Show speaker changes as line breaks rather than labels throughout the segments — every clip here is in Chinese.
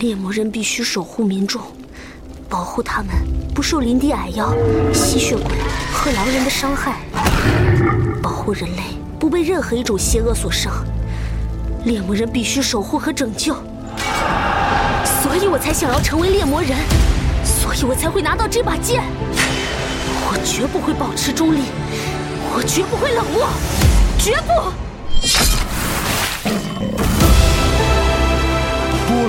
猎魔人必须守护民众，保护他们不受林地矮妖、吸血鬼和狼人的伤害，保护人类不被任何一种邪恶所伤。猎魔人必须守护和拯救，所以我才想要成为猎魔人，所以我才会拿到这把剑。我绝不会保持中立，我绝不会冷漠，绝不。
波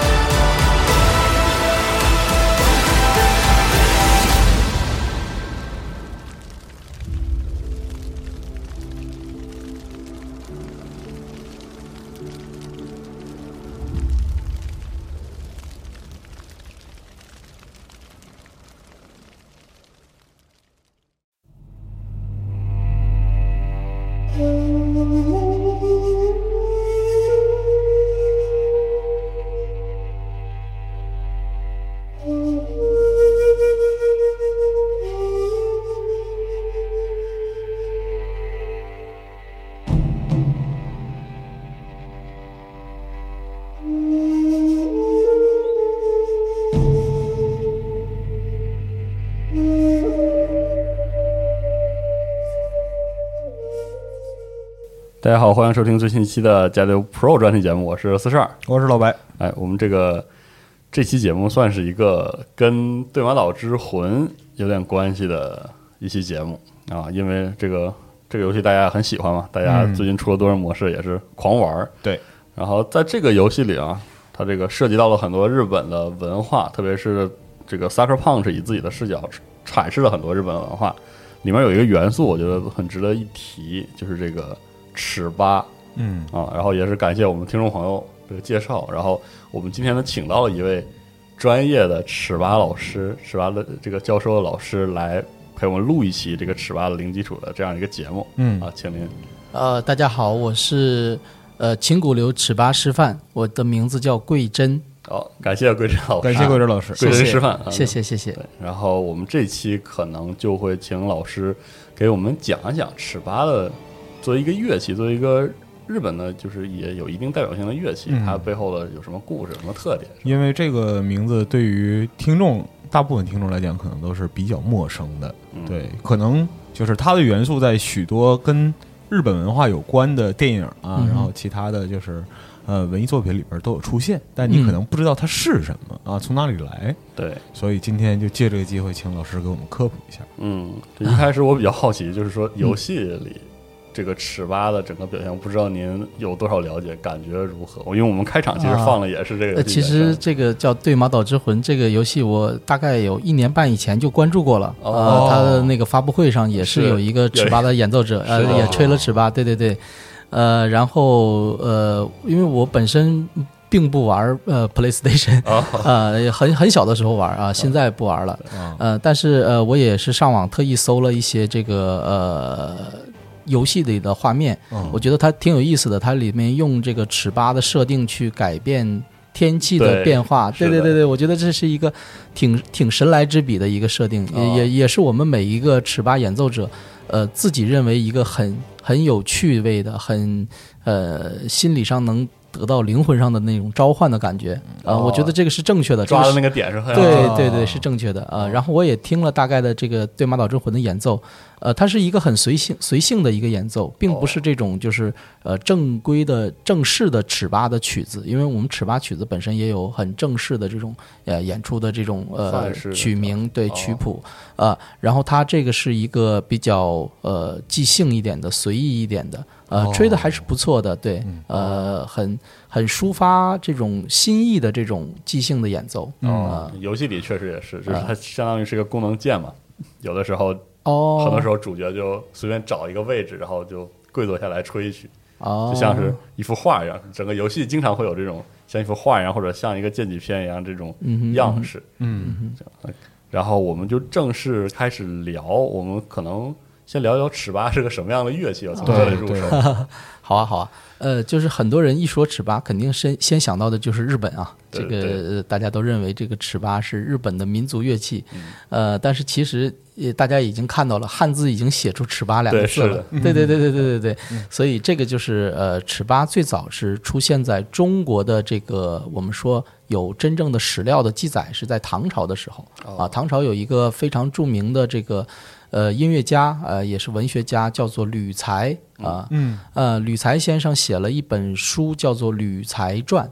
大家好，欢迎收听最新一期的《加流 Pro》专题节目，我是四十二。
我是老白，
哎，我们这个这期节目算是一个跟《对马岛之魂》有点关系的一期节目啊，因为这个这个游戏大家很喜欢嘛，大家
嗯
最近出了多人模式，也是狂玩儿。
对，
然后在这个游戏里啊，它这个涉及到了很多日本的文化，特别是这个 Sucker Punch 以自己的视角阐释了很多日本文化。里面有一个元素，我觉得很值得一提，就是这个尺八。
嗯，
啊，然后也是感谢我们听众朋友这个介绍，然后我们今天呢请到了一位专业的尺八老师，尺八的这个教授的老师来陪我们录一期这个尺八的零基础的这样一个节目，
嗯
啊，请您
呃，大家好，我是呃秦鼓流尺八师范，我的名字叫桂珍，
好，感谢桂珍老师，
感谢桂枝老师。
桂
谢
珍
谢
师范，啊
谢。谢谢谢
对。，然后我们这期可能就会请老师给我们讲一讲尺八的作为一个乐器，作为一个日本的，就是也有一定代表性的乐器，
嗯
它背后的有什么故事、什么特点？
因为这个名字对于听众大部分听众来讲，可能都是比较陌生的。
嗯
对，可能就是它的元素在许多跟日本文化有关的电影啊，
嗯
然后其他的就是呃文艺作品里边都有出现，但你可能不知道它是什么啊，从哪里来。
对，
所以今天就借这个机会，请老师给我们科普一下。
嗯，这一开始我比较好奇，就是说游戏里这个尺八的整个表现，不知道您有多少了解，感觉如何？因为我们开场其实放的也是这个游
呃，
戏
其
原
实
声
这个叫《对马岛之魂》这个游戏，我大概有一年半以前就关注过了。
哦
呃，它的那个发布会上也
是
是有一个尺八的演奏者，呃
是的，
也吹了尺八，对对对。呃，然后呃，因为我本身并不玩呃 PlayStation，
啊，
呃，很很小的时候玩啊，现在不玩了。
嗯
啊，
呃，但是呃，我也是上网特意搜了一些这个呃游戏里的画面，
嗯
我觉得它挺有意思的。它里面用这个尺八的设定去改变天气
对
的变化，对
是
对
的
对对，我觉得这是一个挺挺神来之笔的一个设定，也
哦
也也是我们每一个尺八演奏者呃自己认为一个很很有趣味的、很呃心理上能得到灵魂上的那种召唤的感觉啊、呃我觉
哦
得这个是正确的，这
抓
个
的
是
那个点是很
对
啊
对对，是正确的啊、呃然后我也听了大概的这个《对马岛之魂》的演奏，呃，它是一个很随性随性的一个演奏，并不是
哦
这种就是呃正规的正式的尺八的曲子，因为我们尺八曲子本身也有很正式的这种呃演出的这种呃
范式的
曲名对
哦
曲谱啊、呃然后它这个是一个比较呃即兴一点的、随意一点的，呃，吹的还是不错的，对，
哦
呃，很很抒发这种心意的这种即兴的演奏，呃
啊、游戏里确实也是，就是
啊
它相当于是一个功能键嘛，有的时候，
哦，
很多时候主角就随便找一个位置，然后就跪坐下来吹一曲，
哦，
就像是一幅画一样。整个游戏经常会有这种像一幅画一样，或者像一个剑戟片一样这种
嗯哼
样式。
嗯
然后我们就正式开始聊，我们可能先聊聊尺八是个什么样的乐器啊？从
对
这里入手。
对
好啊，好啊，呃，就是很多人一说尺八，肯定先先想到的就是日本啊。
对
这
对
个呃大家都认为这个尺八是日本的民族乐器，
嗯
呃，但是其实也大家已经看到了，汉字已经写出尺八两
对
个字
是
了
的。嗯
对对对对对对对，所以这个就是呃，尺八最早是出现在中国的这个我们说有真正的史料的记载是在唐朝的时候
哦
啊。唐朝有一个非常著名的这个呃音乐家呃也是文学家叫做吕才啊，嗯，呃吕才先生写了一本书叫做《吕才传》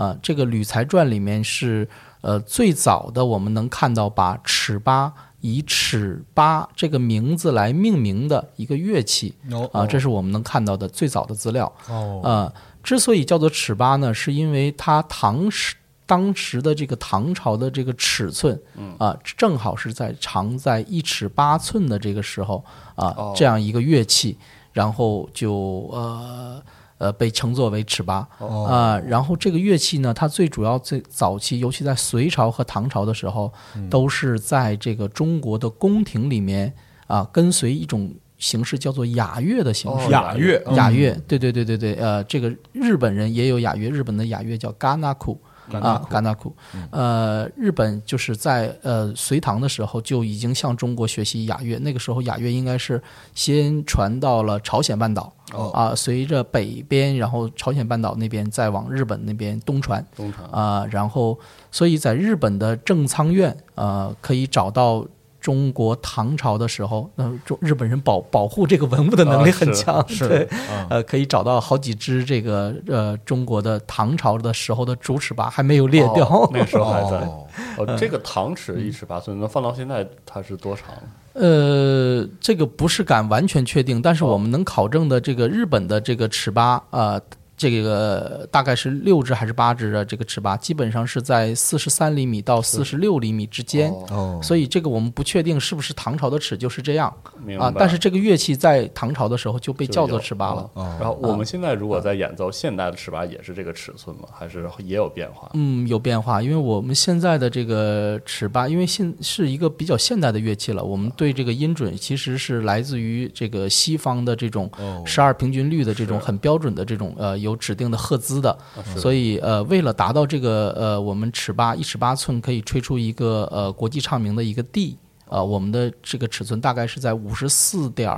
啊，这个《吕才传》里面是呃最早的我们能看到把尺八。以尺八这个名字来命名的一个乐器，
哦
啊，这是我们能看到的最早的资料。
哦
呃，之所以叫做尺八呢，是因为它唐时当时的这个唐朝的这个尺寸，啊、正好是在长在一尺八寸的这个时候啊、这样一个乐器，然后就呃呃被称作为尺八啊、然后这个乐器呢，它最主要最早期，尤其在隋朝和唐朝的时候，都是在这个中国的宫廷里面啊、跟随一种形式叫做雅乐的形
哦
式。
雅乐，嗯
雅乐，对对对对对，呃，这个日本人也有雅乐，日本的雅乐叫嘎纳库。啊，嘎纳库，呃，日本就是在呃隋唐的时候就已经向中国学习雅乐，那个时候雅乐应该是先传到了朝鲜半岛，啊，随着北边，然后朝鲜半岛那边再往日本那边东传，
东厂
啊、然后所以在日本的正仓院，呃，可以找到中国唐朝的时候，那、中日本人保保护这个文物的能力很强，
是
对，
嗯
啊
呃，可以找到好几只这个呃中国的唐朝的时候的竹尺八还没有裂掉，
哦那个时候还在。
哦，
哦，这个糖尺一尺八寸，那放到现在它是多长？
呃，这个不是敢完全确定，但是我们能考证的这个日本的这个尺八，呃，这个大概是六只还是八只的这个尺八，基本上是在四十三厘米到四十六厘米之间。
哦
所以这个我们不确定是不是唐朝的尺就是这样
明白
啊，但是这个乐器在唐朝的时候就嗯被
就
叫做
有
尺八了。
哦然后我们现在如果在演奏现代的尺八，也是这个尺寸吗？还是也有变化？
嗯，有变化，因为我们现在的这个尺八，因为现是一个比较现代的乐器了，我们对这个音准其实是来自于这个西方的这种
哦
十二平均律的这种很标准的这种呃有指定的赫兹的，
啊
所以呃为了达到这个呃我们尺八一尺八寸可以吹出一个呃国际唱名的一个 D，呃我们的这个尺寸大概是在五十四点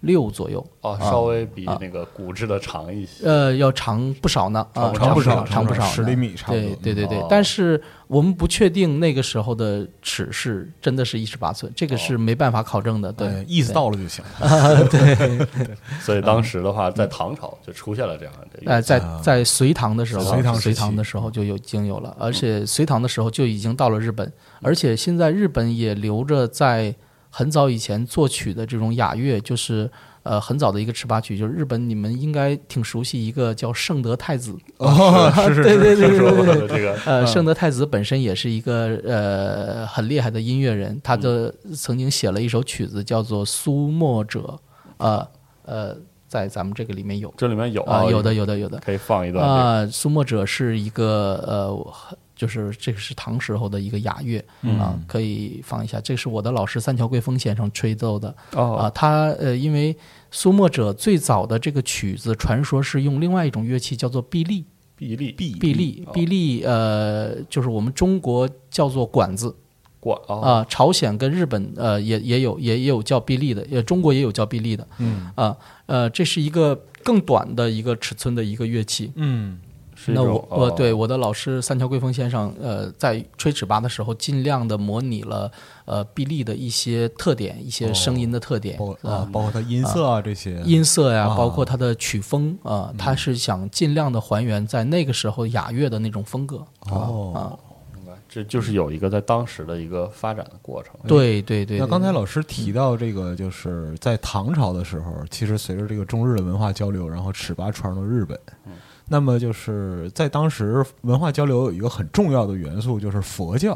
六左右，
哦，稍微比那个骨质的长一些。
呃，要长不少呢，
哦
啊，
长不少
长不
长不少
少呢，
10厘米差不多
对对对对
哦，
但是我们不确定那个时候的尺是真的是一尺八寸，这个是没办法考证的。对
哦哎，意思到了就行。
所以当时的话，在唐朝就出现了这样的一个
呃，在在隋唐的时候，
啊隋唐时期
隋唐的时候就有已经有了，而且隋唐的时候就已经到了日
嗯
本，而且现在日本也留着在很早以前作曲的这种雅乐，就是呃很早的一个尺八曲，就是日本你们应该挺熟悉一个叫圣德太子，
哦，是是
对对对
听说
对
过的
对
这个
呃，圣德太子本身也是一个呃很厉害的音乐人，他的曾经写了一首曲子叫做《苏墨者》，呃呃，在咱们这个里面有
这里面有
啊、
啊，
有的有的有的
可以放一段这个。
啊、苏墨者是一个呃，就是这个是唐时候的一个雅乐啊、可以放一下。这是我的老师三桥贵风先生吹奏的啊、
哦
他呃，因为苏墨者最早的这个曲子，传说是用另外一种乐器叫做臂力。
臂力臂
臂力，臂力，呃，就是我们中国叫做管子
管啊，
啊、朝鲜跟日本呃也也有也也有叫臂力的，也呃中国也有叫臂力的，嗯啊呃，这是一个更短的一个尺寸的一个乐器。
嗯，
是一
那
种
我我
哦
对我的老师三桥贵风先生，呃，在吹尺八的时候，尽量的模拟了呃臂力的一些特点，一些声音的特点，
包括啊，包括它音色啊这些，
音色呀、
啊
包括它的曲风啊、他是想尽量的还原在那个时候雅乐的那种风格。
哦。
明白这就是有一个在当时的一个发展的过程。
对对对，
哎那
对
刚才老师提到这个，就是在唐朝的时
嗯
候，其实随着这个中日的文化交流，然后尺八传入日本。
嗯
那么就是在当时文化交流有一个很重要的元素，就是佛教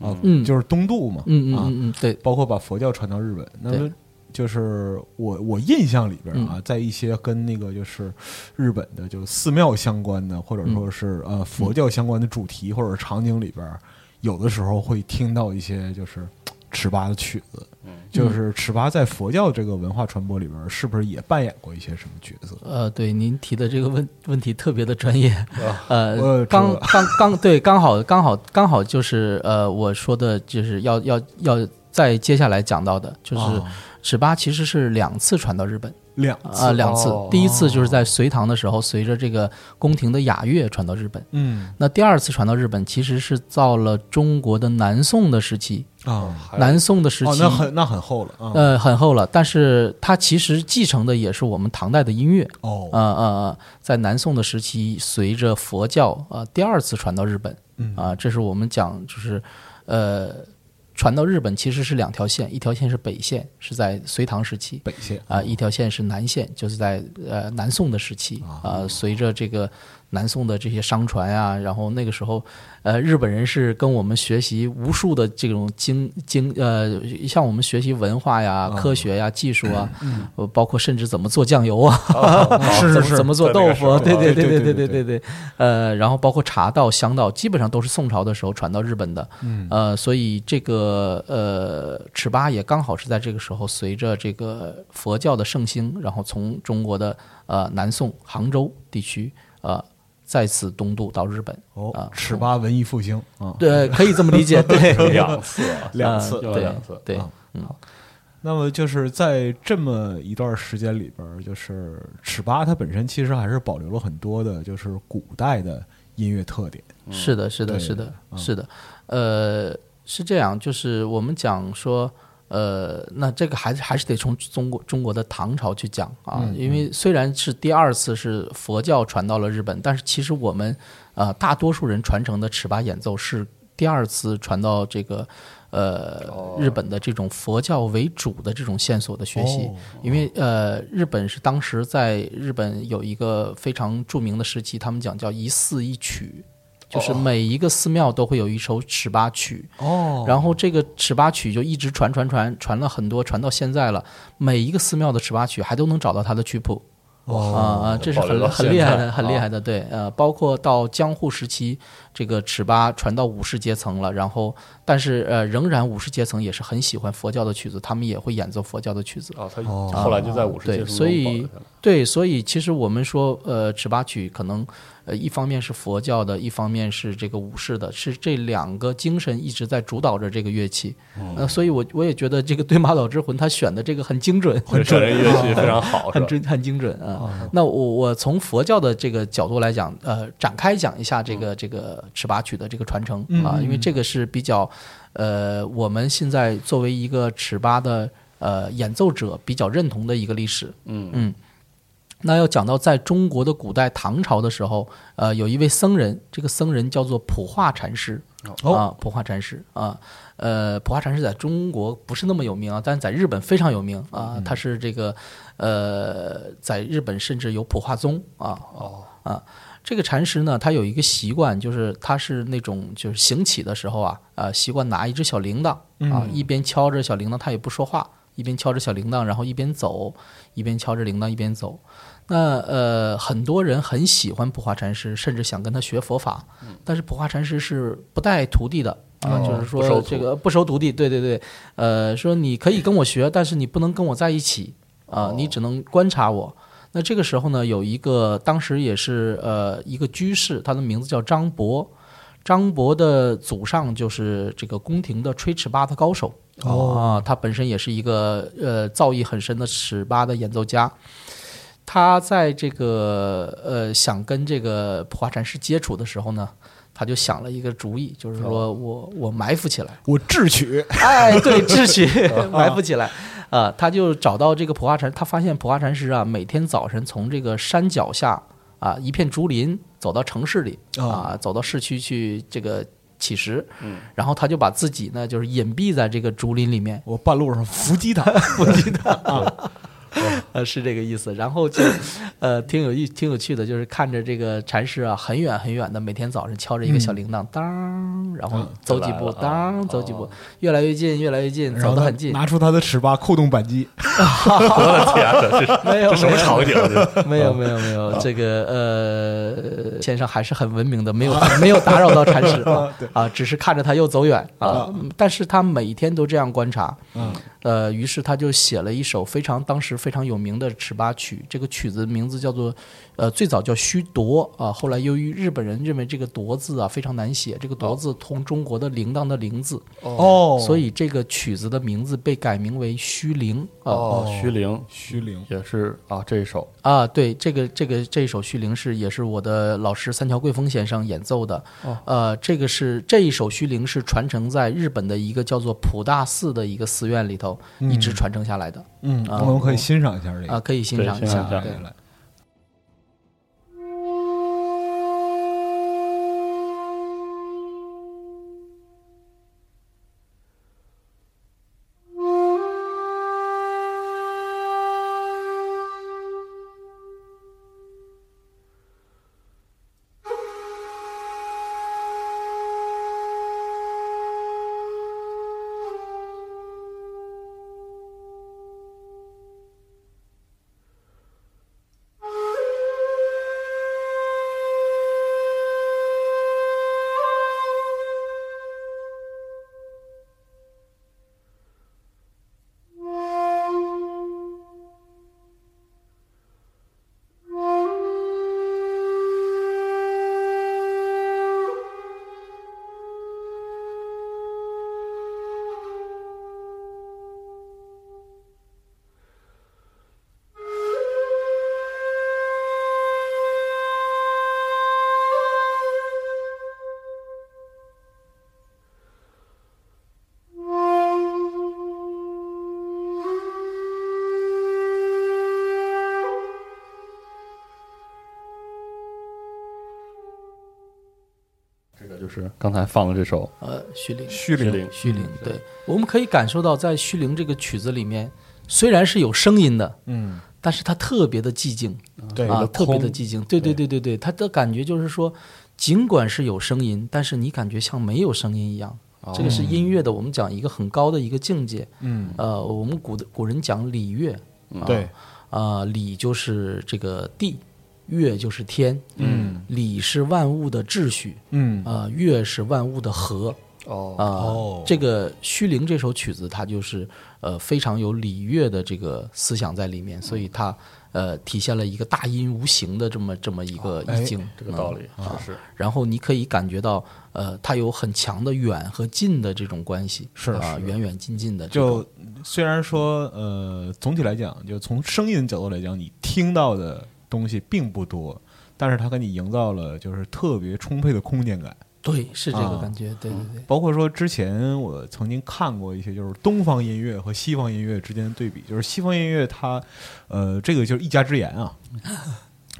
啊，
嗯
就是东渡嘛，
嗯嗯
啊，
嗯嗯，对，
包括把佛教传到日本。那么
对嗯
就是我我印象里边啊，在一些跟那个就是日本的就寺庙相关的，或者
嗯
说是呃佛教相关的主题或者场景里边，有的时候会听到一些就是。尺八的曲子，就是尺八在佛教这个文化传播里边，是不是也扮演过一些什么角色？
呃，对，您提的这个问 问题特别的专业，
啊我
呃，
知道
刚刚刚对，刚好刚好刚好就是呃，我说的就是要要要再接下来讲到的，就是
哦
尺八其实是两次传到日本
两次
啊、两次
哦，
第一次就是在隋唐的时候，随着这个宫廷的雅乐传到日本，
嗯
那第二次传到日本其实是到了中国的南宋的时期，
啊，
还
南宋的时期，
哦，那很那很厚了啊，
呃，很厚了，但是它其实继承的也是我们唐代的音乐。
哦，
呃呃，呃在南宋的时期，随着佛教呃第二次传到日本，
嗯
啊、这是我们讲就是呃传到日本其实是两条线，一条线是北线，是在隋唐时期，
北线
啊、一条线是南线，就是在呃南宋的时期啊、随着这个南宋的这些商船啊，然后那个时候，呃，日本人是跟我们学习无数的这种经经呃，向我们学习文化
啊
呀、科学呀、技术啊，
嗯
呃包括甚至怎么做酱油啊，
是 哦是
怎么
是
怎么做
在那
豆
个时候
腐，对啊哎对
对对
对
对
对对对，呃，然后包括茶道、香道，基本上都是宋朝的时候传到日本的，嗯，呃，所以这个呃尺八也刚好是在这个时候，随着这个佛教的盛行，然后从中国的呃南宋杭州地区呃再次东渡到日本，
哦
啊，
尺八文艺复兴啊，
对，可以这么理解，对，
两次 啊，
两次
呃
又
对
两次
对
啊，那么就是在这么一段时间里边儿，就是尺八它本身其实还是保留了很多的，就是古代的音乐特点。
是的，是的，
嗯对
是的，
嗯
是的，呃，是这样，就是我们讲说，呃，那这个还是还是得从中国中国的唐朝去讲啊，
嗯
因为虽然是第二次是佛教传到了日本，但是其实我们呃大多数人传承的尺八演奏是第二次传到这个。呃，日本的这种佛教为主的这种线索的学习，因为呃，日本是当时在日本有一个非常著名的时期，他们讲叫一寺一曲，就是每一个寺庙都会有一首尺八曲，
哦
然后这个尺八曲就一直传传传传了很多，传到现在了，每一个寺庙的尺八曲还都能找到它的曲谱。啊啊，这是
保留到
很很
现
厉害
在
的，很厉害的，对，呃，包括到江户时期，这个尺八传到武士阶层了，然后，但是呃，仍然武士阶层也是很喜欢佛教的曲子，他们也会演奏佛教的曲子，
啊，他后来就在五十
哦对
届，
所以对，所以其实我们说，呃，尺八曲可能，呃，一方面是佛教的，一方面是这个武士的，是这两个精神一直在主导着这个乐器。呃，所以我我也觉得这个对马岛之魂他选的这个很精准，
这 个人乐器非常好，是
很
吧？
准很精准啊。那我我从佛教的这个角度来讲，呃，展开讲一下这个这个尺八曲的这个传承啊，因为这个是比较，呃，我们现在作为一个尺八的呃演奏者比较认同的一个历史。嗯嗯。那要讲到在中国的古代唐朝的时候，呃，有一位僧人，这个僧人叫做普化禅师。啊，普化禅师啊，呃，普化禅师在中国不是那么有名啊，但是在日本非常有名啊。他是这个呃，在日本甚至有普化宗啊。哦啊，这个禅师呢，他有一个习惯，就是他是那种就是行乞的时候啊，呃，习惯拿一只小铃铛
嗯
啊，一边敲着小铃铛，他也不说话，一边敲着小铃铛，然后一边走，一边敲着铃铛一边走。那呃，很多人很喜欢普化禅师，甚至想跟他学佛法，
嗯
但是普化禅师是不带徒弟的啊，就是
哦不收
说
徒
这个不收徒弟，对对对，呃，说你可以跟我学，但是你不能跟我在一起
哦
啊，你只能观察我。那这个时候呢，有一个当时也是呃一个居士，他的名字叫张博，张博的祖上就是这个宫廷的吹尺八的高手。哦、啊，他本身也是一个呃造诣很深的尺八的演奏家。他在这个呃想跟这个普华禅师接触的时候呢，他就想了一个主意，就是说我我埋伏起来，
我智取，
哎， 对，智取 埋伏起来，啊，他就找到这个普化禅，他发现普化禅师啊，每天早晨从这个山脚下啊一片竹林走到城市里啊，走到市区去这个乞食，然后他就把自己呢 就是隐蔽在这个竹林里面，
我半路上伏击他，
伏击他。呃，是这个意思。然 后就，呃，挺有意、挺有趣的，就是看着这个禅师啊，很远很远的，每天早上敲着一个小铃铛，当，然后走几步，
就来了啊
当，走几步，越来越近，越来越近，
然
走
后
得
他
很近。
拿出他的尺八扣动扳机，
我的 天哪，这是
没有
这什么场景啊？这是
没有没有没有，这个呃，先生还是很文明的，没有 没有打扰到禅 师啊啊，只是看着他又走远啊。但是他每天都这样观察，
嗯，
呃，于是他就写了一首非常当时非常有名的尺八曲，这个曲子名字叫做呃最早叫虚铎啊，后来由于日本人认为这个铎字啊非常难写，这个铎字通中国的铃铛的铃字，
哦
所以这个曲子的名字被改名为虚铃啊。
哦，徐凌
虚灵
也是啊，这一首
啊，对，这个这个这首《虚铃》是也是我的老师三桥贵风先生演奏的。
哦
呃，这个是这一首《虚铃》是传承在日本的一个叫做普大寺的一个寺院里头，一直传承下来的。
嗯，
啊
我们可以欣赏一下这
啊，
个，
可以欣赏一
对欣赏
下
一。下
对
来，来
啊这个就是刚才放的这首
呃，虚铃，
虚
徐
灵
凌，
虚铃，对，我们可以感受到，在《虚铃》这个曲子里面，虽然是有声音的，
嗯，
但是它特别的寂静。
对
啊，
个
特别的
空
寂静。对对对对对，他的感觉就是说，尽管是有声音，但是你感觉像没有声音一样。这个是音乐的，我们讲一个很高的一个境界。
嗯，
呃，我们古的古人讲礼乐，啊
对，
啊、礼就是这个地，乐就是天，嗯，礼是万物的秩序，
嗯
啊、乐是万物的和，
哦
啊、
哦
这个《虚灵》这首曲子，它就是呃非常有礼乐的这个思想在里
嗯
面，所以它呃体现了一个大音无形的这么这么一个
哎
意境，
这个道理
嗯啊。
是
然后你可以感觉到，呃，它有很强的远和近的这种关系，
是
啊、
是
远远近近的这种
就虽然说呃，总体来讲，就从声音角度来讲，你听到的东西并不多，但是它给你营造了就是特别充沛的空间感。
对，是这个
啊
感觉，对对对。
包括说之前我曾经看过一些就是东方音乐和西方音乐之间的对比，就是西方音乐它，呃，这个就是一家之言啊。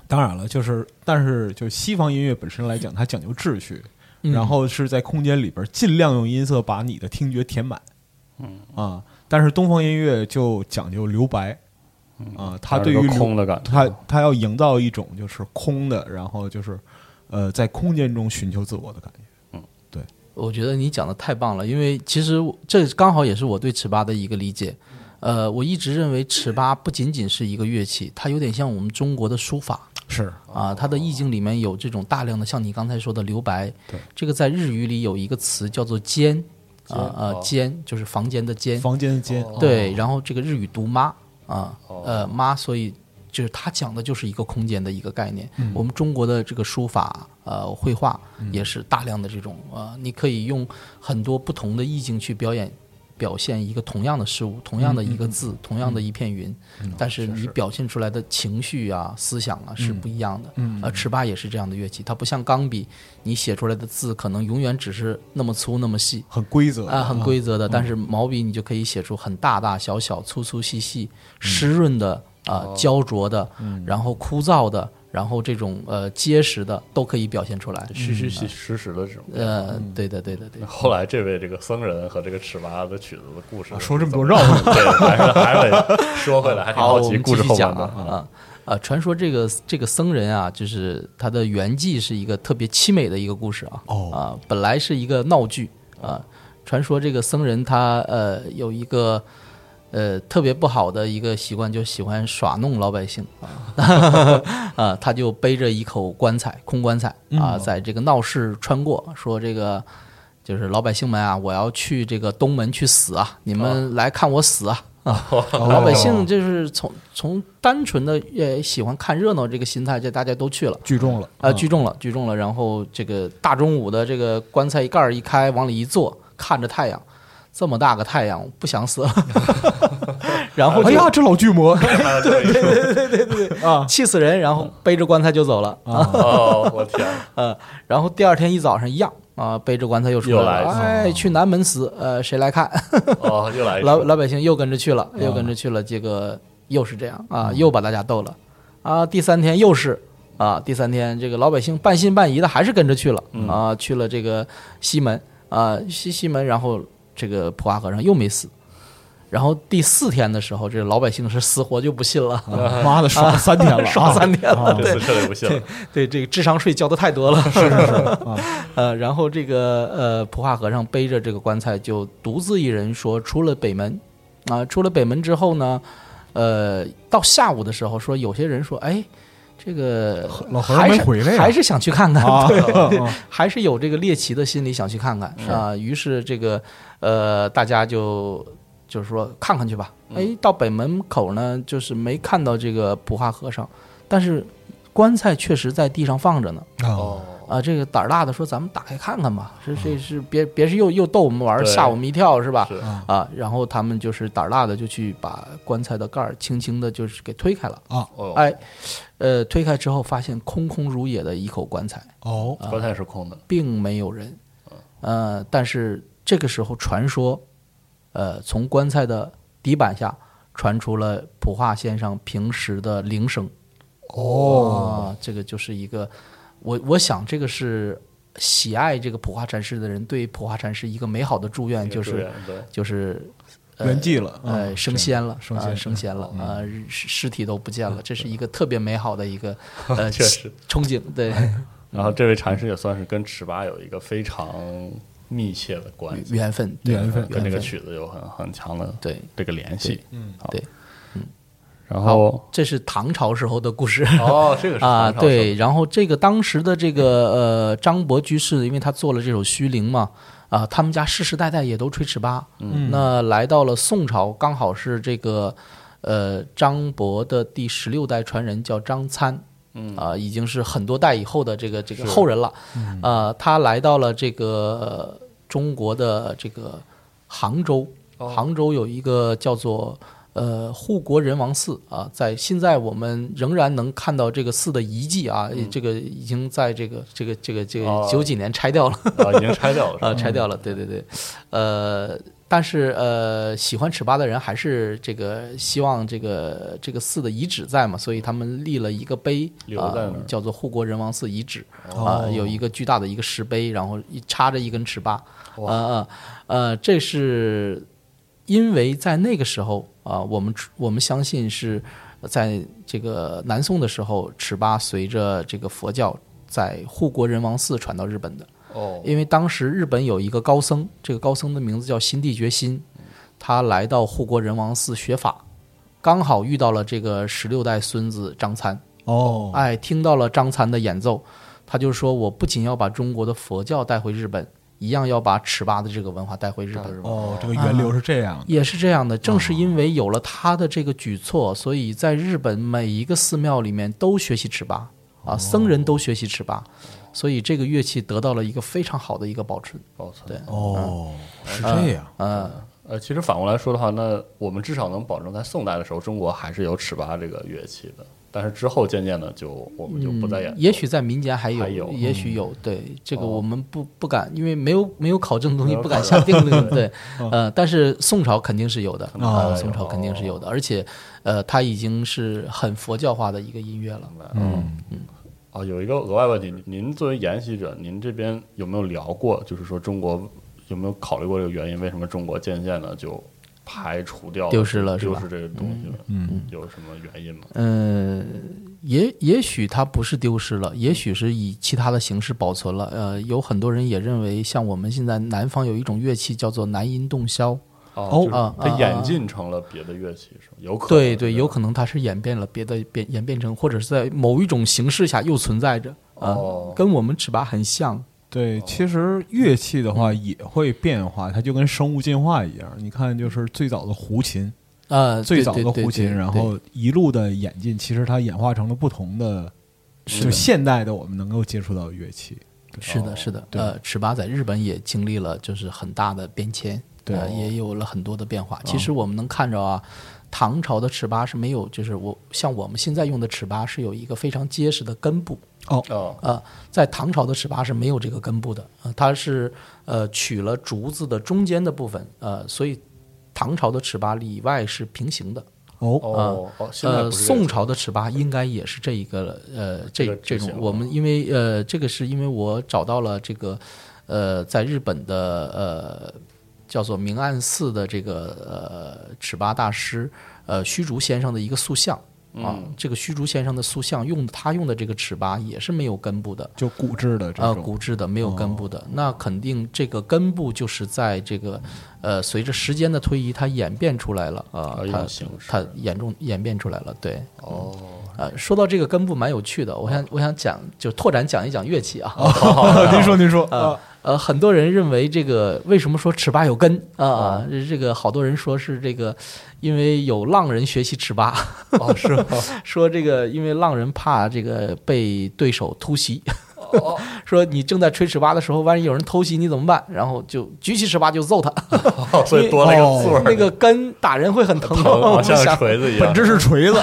当然了，就是但是就西方音乐本身来讲，它讲究秩序，
嗯
然后是在空间里边尽量用音色把你的听觉填满，嗯啊，但是东方音乐就讲究留白，啊，它对于
有
留
空的感嗯觉，
它它要营造一种就是空的，然后就是呃在空间中寻求自我的感觉，
我觉得你讲的太棒了，因为其实我这刚好也是我对尺八的一个理解。呃，我一直认为尺八不仅仅是一个乐器，它有点像我们中国的书法
是
啊，它的意境里面有这种大量的像你刚才说的留白。对，这个在日语里有一个词叫做“间”，啊呃，间就是房间的间。
房间的间，
对，然后这个日语读妈啊，呃妈，所以就是它讲的就是一个空间的一个概念。我们中国的这个书法呃绘画也是大量的这种呃，你可以用很多不同的意境去表演。表现一个同样的事物，同样的一个字，同样的一片云，但是你表现出来的情绪啊、思想啊是不一样的。呃，尺八也是这样的乐器，它不像钢笔，你写出来的字可能永远只是那么粗那么细，
很规则
啊，很规则的，但是毛笔你就可以写出很大大小小、粗粗细细、湿润的啊、焦灼的，然后枯燥的，然后这种呃结实的都可以表现出来。
虚虚实实实的这种。
呃，对的，对的，对
嗯
的。
后来这位这个僧人和这个尺八的曲子的故事
啊
是
说
怎么样，
这么多绕口
对，还是还是得说回来，还挺
好，
好
我
奇
们
故
继
事
续
后
讲
半的嗯
啊啊啊！传说这个这个僧人啊，就是他的原迹是一个特别凄美的一个故事啊。
哦
啊，本来是一个闹剧啊。传说这个僧人他呃有一个呃特别不好的一个习惯，就喜欢耍弄老百姓啊 啊，他就背着一口棺材，空棺材啊，在这个闹市穿过，说这个。就是老百姓们啊，我要去这个东门去死啊！你们来看我死啊！老百姓就是从从单纯的呃喜欢看热闹这个心态，这大家都去了，
聚众了啊
呃，聚众了，聚众了。然后这个大中午的，这个棺材一盖儿一开，往里一坐，看着太阳，这么大个太阳，不想 死了。然后就
哎呀，这老巨 魔啊
气死人，然后背着棺材就走了。
哦，我天，
呃， 然后第二天一早上一样啊、背着棺材又出来了，
又来
哎，去南门死，呃，谁来看？
哦，又来一
老
出
老百姓又跟着去了，又跟着去了，这个又是这样啊，又把大家逗了啊。第三天又是啊，第三天这个老百姓半信半疑的还是跟着去了啊，去了这个西门啊西西门，然后这个普华和尚又没死。然后第四天的时候，这老百姓 是死活就不信了，
啊！妈的，耍了三 天了，啊
耍三天了，
这
对
次彻底不信了。
对，这个智商税交的太多了，
是是是啊，
呃，然后这个呃，普化和尚背着这个棺材，就独自一人说出了北门，啊、出了北门之后呢，呃，到下午的时候说，有些人说，哎，这个
老和尚
还
没
是
回来呀
还是想去看看，
啊
对，
啊
还是有这个猎奇的心理想去看看啊、于是这个呃，大家就就是说看看去吧。哎，到北门口呢，就是没看到这个普化和尚，但是棺材确实在地上放着呢。
啊！
哦，
啊，这个胆儿大的说咱们打开看看吧，这这是别别是又又逗我们玩儿，
对
吓我们一跳是吧？
是
啊，然后他们就是胆儿大的就去把棺材的盖儿轻轻的就是给推开了，
哦，
哎，呃，推开之后发现空空如也的一口棺材，
哦，
棺材是空的，
并没有人，呃，但是这个时候传说，呃，从棺材的底板下传出了普化先生平时的铃声。哦，这个就是一个，我我想这个是喜爱这个普化禅师的人对普化禅师一个美好的祝愿，就
这
是
样对，
就是。呃
圆寂了，
呃，
嗯
升仙了，
是升
啊
仙
升仙了，啊，尸尸体都不见了，这是一个特别美好的一个呃
确实
憧憬，对，
然后这位禅师也算是跟尺八有一个非常密切的关系，
缘分，对
缘分
跟这个曲子有很很强的
对
这个联系。嗯，好
对，
然后
这是唐朝时候的故 事。
哦，这个是
啊，
唐朝时候
对，，然后这个当时的这个呃张伯居士，因为他做了这首《虚灵》嘛，啊、他们家世世代代也都吹尺八。嗯，那来到了宋朝，刚好是这个呃张伯的第十六代传人叫张参，嗯啊、已经是很多代以后的这个这个后人了。呃，他来到了这个、呃中国的这个杭州，杭州有一个叫做呃护国仁王寺啊，在现在我们仍然能看到这个寺的遗迹啊，这个已经在这个这个这个这个
哦
九几年拆掉了。
啊，已经拆掉了，是吧
呃，拆掉了，对对对，呃，但是呃，喜欢尺八的人还是这个希望这个这个寺的遗址在嘛，所以他们立了一个碑，
留
啊、
在那儿哦
叫做护国仁王寺遗址，啊、有一个巨大的一个石碑，然后一插着一根尺八，呃呃呃，这是因为在那个时候啊、我们我们相信是在这个南宋的时候，尺八随着这个佛教在护国仁王寺传到日本的。
哦，
因为当时日本有一个高僧，这个高僧的名字叫心地觉心，他来到护国仁王寺学法，刚好遇到了这个十六代孙子张参，
哦，
哎，听到了张参的演奏，他就说我不仅要把中国的佛教带回日本，一样要把尺八的这个文化带回日本。
哦，这个源流是这样的，
也是这样的，正是因为有了他的这个举措，所以在日本每一个寺庙里面都学习尺八啊，僧人都学习尺八，所以这个乐器得到了一个非常好的一个保存。
保存
对
哦，
啊
是这样，
嗯，
呃，其实反过来说的话，那我们至少能保证在宋代的时候，中国还是有尺八这个乐器的，但是之后渐渐的就我们就不再演奏了、
嗯也许在民间还有，
还有嗯
也许有。对，这个
哦
我们不不敢，因为没有没有考证的东西，
没有
不敢
考
下
证
定论。
对
对，呃，但是宋朝肯定是有的，
能还
啊，
有哦
宋朝肯定是有的，而且呃，它已经是很佛教化的一个音乐了。
嗯，
啊，有一个额外问题，您作为研习者，您这边有没有聊过，就是说中国有没有考虑过这个原因？为什么中国渐渐的就排除掉
丢失了是
丢
吧
失这个东西了？
嗯，
有什么原因吗？嗯
呃，也也许它不是丢失了，也许是以其他的形式保存了。呃，有很多人也认为，像我们现在南方有一种乐器叫做南音洞箫，
哦
哦
就是
啊
它
啊
演
啊
进成了别的乐器是吗？有可能
对对，有
能
可能它是演变了别的变演变成，或者是在某一种形式下又存在着啊，
哦
跟我们尺八很像。
对，其实乐器的话也会变化，它就跟生物进化一样。你看，就是最早的胡琴，
呃，
最早
对
的
对对
胡
对
琴，然
对
后一路的演进，其实它演化成了不同的，就现代的我们能够接触到的乐器。
是的，是的，
对
呃，尺八在日本也经历了就是很大的变迁，
对
呃也有了很多的变化。其实我们能看着啊，唐朝的尺八是没有，就是我像我们现在用的尺八是有一个非常结实的根部，
哦
呃，在唐朝的尺八是没有这个根部的，呃，它是呃取了竹子的中间的部分，呃，所以唐朝的尺八里外是平行的，
哦，
哦哦，现在
呃，
不是这个
宋朝的尺八应该也是这一个呃，
这
这
个这
这种
些
我们因为呃，这个是因为我找到了这个呃，在日本的呃叫做明暗寺的这个呃尺八大师呃虚竹先生的一个塑像啊，
嗯
这个虚竹先生的塑像用他用的这个尺八也是没有根部的，
就骨质的这
呃，
种，
骨质的没有根部的，那肯定这个根部就是在这个呃，随着时间的推移，它演变出来了啊、
一
呃，
种
它
形式
它演中演变出来了，对。
哦，
呃，说到这个根部蛮有趣的，我想我想讲就拓展讲一讲乐器啊。
您说，您说，啊
呃，很多人认为这个为什么说尺八有根
哦
啊、这这个好多人说是这个，因为有浪人学习尺八，
哦是吗？
说这个因为浪人怕这个被对手突袭，
哦
说你正在吹尺八的时候，万一有人偷袭你怎么办？然后就举起尺八就揍他，
哦所以多了一个座儿，
那个根打人会很 疼的，
疼
我
啊
们
像
想
锤子一样
本，质是锤子。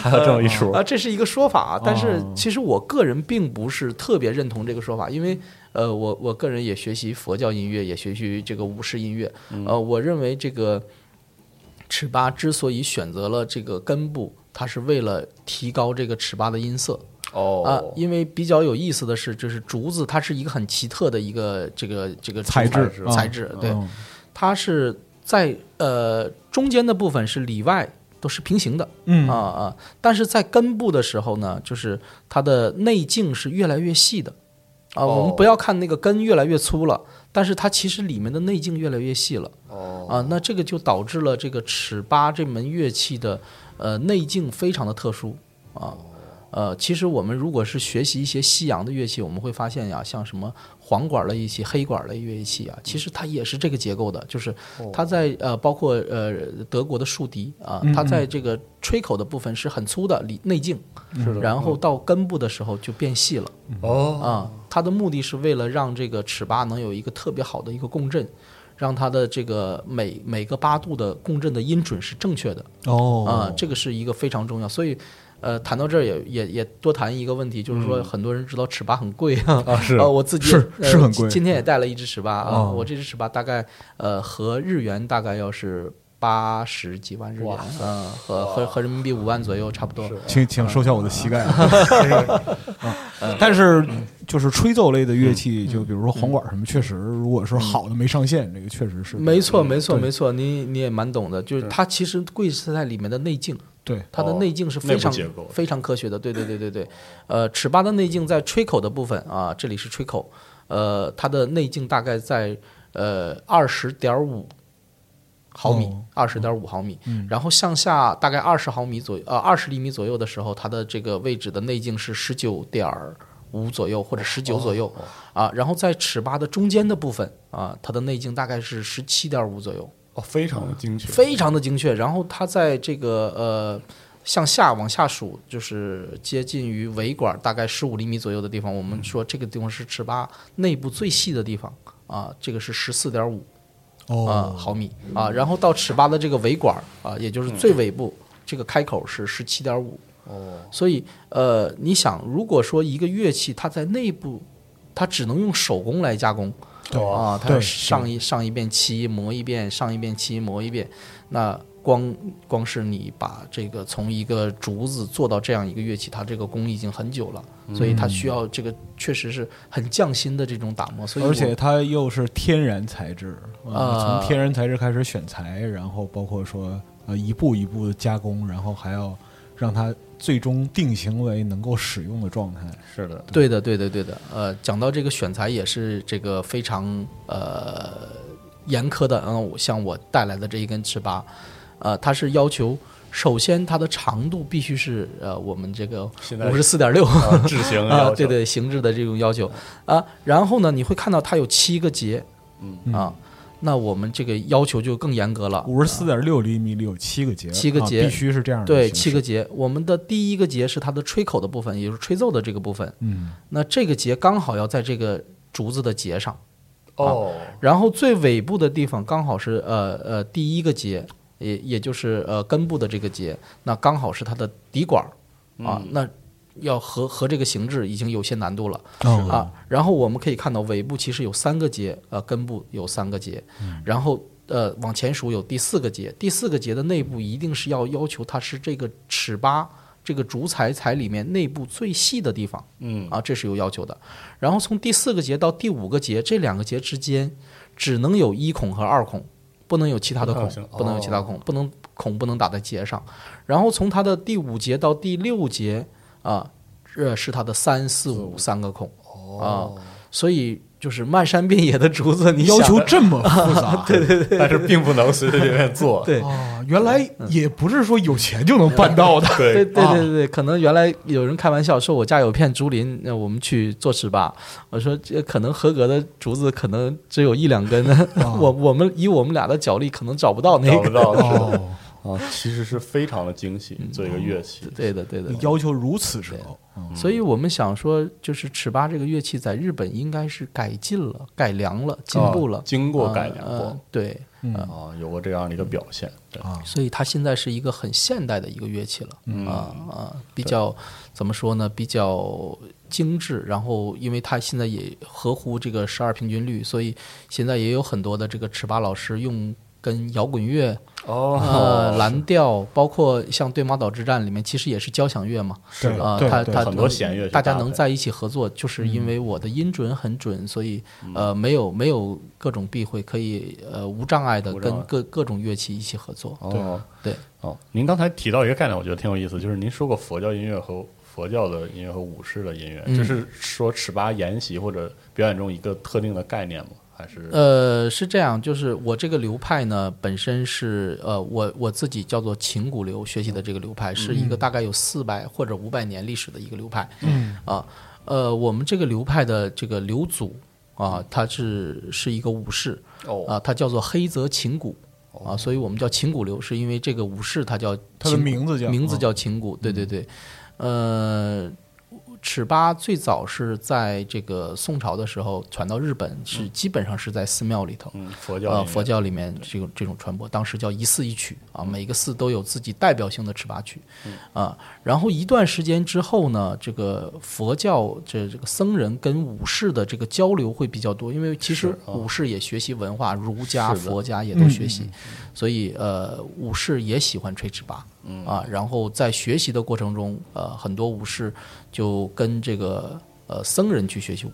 还有这么一说
啊，这是一个说法，但是
哦
其实我个人并不是特别认同这个说法，因为呃，我我个人也学习佛教音乐，也学习这个舞狮音乐，
嗯
呃，我认为这个尺八之所以选择了这个根部，它是为了提高这个尺八的音色。啊，
哦，
因为比较有意思的是，就是竹子，它是一个很奇特的一个这个这个
材
竹
质
材材
嗯
质，对，
嗯
它是在呃中间的部分是里外都是平行的，
嗯
啊啊，但是在根部的时候呢，就是它的内径是越来越细的，啊，
哦
我们不要看那个根越来越粗了，但是它其实里面的内径越来越细了，
哦
啊，那这个就导致了这个尺八这门乐器的呃内径非常的特殊啊。呃，其实我们如果是学习一些西洋的乐器，我们会发现呀，像什么簧管类乐器、黑管类乐器啊，其实它也是这个结构的，就是它在呃，包括呃德国的竖笛啊，
嗯
它在这个吹口的部分是很粗的里内径，
嗯是的
然后到根部的时候就变细了。
哦
啊，它的目的是为了让这个尺八能有一个特别好的一个共振，让它的这个每每个八度的共振的音准是正确的
哦
啊，这个是一个非常重要。所以，呃，谈到这儿也也也多谈一个问题，就是说很多人知道尺八很贵啊， 啊
是
我自
嗯
己
是
也
是很
呃
贵
今天也带了一只尺八啊，
哦
我这只尺八大概呃和日元大概要是。八十几万日元，嗯，和和和人民币五万左右差不多。
请请收下我的膝盖。
嗯
啊但是就是吹奏类的乐器，就比如说簧管什么，确实如果说好的没上线，这个确实是
嗯没错，没错，
对
没错，你你也蛮懂的，就是它其实贵是在里面的内径，
对
它的
哦
内径是
内
非
部
常、
结构
非常科学的，对对对对对。呃，尺八的内径在吹口的部分啊，这里是吹口，呃，它的内径大概在呃二十点五毫米
哦，
二十点五毫米，
嗯
然后向下大概二十毫米左右，呃二十厘米左右的时候，它的这个位置的内径是十九点五左右或者十九左右、
哦
啊，然后在尺八的中间的部分啊，它的内径大概是十七点五左右。
哦，非常的精确，
非常的精确。然后它在这个呃向下往下数，就是接近于尾管大概十五厘米左右的地方，我们说这个地方是尺八内部最细的地方啊，这个是十四点五啊
哦，
毫米啊。然后到尺八的这个尾管啊，也就是最尾部这个开口是十七点五
哦，
所以呃，你想，如果说一个乐器它在内部，它只能用手工来加工，啊，它
对
要上一上一遍漆磨一遍，上一遍漆磨一遍，那。光光是你把这个从一个竹子做到这样一个乐器，它这个工艺已经很久了，
嗯
所以它需要这个确实是很匠心的这种打磨。所以我
而且它又是天然材质，
啊
呃，从天然材质开始选材，然后包括说呃一步一步的加工，然后还要让它最终定型为能够使用的状态。
是的，
对的，对的，对的。呃，讲到这个选材也是这个非常呃严苛的。嗯，我像我带来的这一根尺八，呃，它是要求首先它的长度必须是呃我们这个
现在
五十四点六
啊制型
啊，
要求
对，对，形制的这种要求啊。然后呢，你会看到它有七个节，嗯啊，那我们这个要求就更严格了。
五十四点六厘米里有七个节，
七个节
啊、必须是这样的
对，
形式
七个，节，我们的第一个节是它的吹口的部分，也就是吹奏的这个部分。
嗯，
那这个节刚好要在这个竹子的节上，
哦，
然后最尾部的地方刚好是呃呃第一个节，也也就是呃根部的这个节，那刚好是它的底管儿啊，那要和和这个形制已经有些难度了。
哦、
啊，然后我们可以看到尾部其实有三个节，呃，根部有三个节，然后呃往前数有第四个节，第四个节的内部一定是要要求它是这个尺八这个竹材材里面内部最细的地方，
嗯
啊，这是有要求的。然后从第四个节到第五个节这两个节之间，只能有一孔和二孔，不能有其他的
不
孔
能行，
不能有其他
哦
孔，不能孔不能打在节上。然后从它的第五节到第六节啊，这是它的三四五三个孔啊，
哦
所以就是漫山遍野的竹子，你
要
想
求这么复杂， 对对
但是并不能随随便便做，
对
啊，原来也不是说有钱就能办到 的。
对
对，啊
对对对对，可能原来有人开玩笑说我家有片竹林，那我们去做笞笆。我说这可能合格的竹子可能只有一两 根，我我们以我们俩的脚力可能找不到那
啊找不
个。嗯哦
到是的
哦，
啊，其实是非常的精细，做一个乐器，
对的对的，
要求如此之高，嗯
所以我们想说，就是尺八这个乐器在日本应该是改进了、改良了、进步了，
啊经过改良
呃
过
呃对，
啊，有过这样的一个表现，对
所以它现在是一个很现代的一个乐器了，
嗯
啊啊，比较怎么说呢？比较精致。然后，因为它现在也合乎这个十二平均律，所以现在也有很多的这个尺八老师用跟摇滚乐、呃
哦，
蓝调，包括像《对马岛之战》里面，其实也是交响乐嘛，
是的
啊，
对
它
对
它
很多弦乐去
大家
搭
能
配
在一起合作，就是因
嗯
为我的音准很准，所以呃，没有没有各种避讳，可以呃无障碍的
无障
跟
碍
各各种乐器一起合作，
哦
对。
哦，您刚才提到一个概念，我觉得挺有意思，就是您说过佛教音乐和佛教的音乐和武士的音乐，这
嗯
是说尺八研习或者表演中一个特定的概念吗？还是
呃，是这样，就是我这个流派呢，本身是呃，我我自己叫做琴古流学习的这个流派，是
嗯
一个大概有四百或者五百年历史的一个流派。嗯啊，呃，我们这个流派的这个流祖啊，他是是一个武士
哦
啊，他叫做黑泽琴谷啊，所以我们叫琴谷流，是因为这个武士他叫
他的
琴
名字叫嗯
名字叫琴谷，对对对，呃。尺八最早是在这个宋朝的时候传到日本，
嗯
是基本上是在寺庙里头，
嗯佛教音
呃，
乐
佛教里面这种这种传播，当时叫一寺一曲啊，每个寺都有自己代表性的尺八曲，啊，然后一段时间之后呢，这个佛教这这个僧人跟武士的这个交流会比较多，因为其实武士也学习文化，儒家、
是的
佛家也都学习，所以呃，武士也喜欢吹尺八，啊，然后在学习的过程中，呃，很多武士就跟这个呃僧人去学习武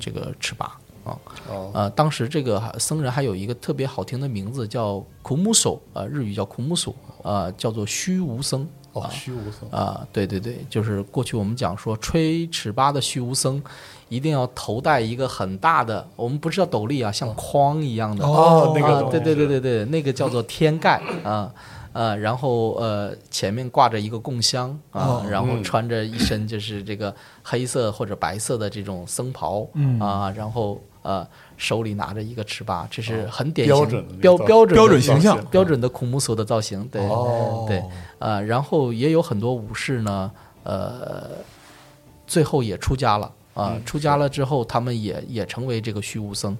这个尺八啊。
哦
呃，当时这个还僧人还有一个特别好听的名字叫苦木手，呃，日语叫苦木手，呃，叫做虚无僧。
哦虚无僧
啊、对对对，就是过去我们讲说吹尺八的虚无僧，一定要头戴一个很大的，我们不是叫斗笠啊，像框一样的
哦
那个
啊
东西
对对
是
对对对，那个叫做天盖啊。呃，然后呃，前面挂着一个供香啊，
哦
然
嗯
后穿着一身就是这个黑色或者白色的这种僧袍、
嗯
啊，然后呃，手里拿着一个尺八，这是很典型、
哦标准的那
标
个造
标准
标
的
准形象
标准的孔木索的造型，对、
哦
对，呃，然后也有很多武士呢，呃，
嗯
最后也出家了啊、出家了之后，他们也也成为这个虚无僧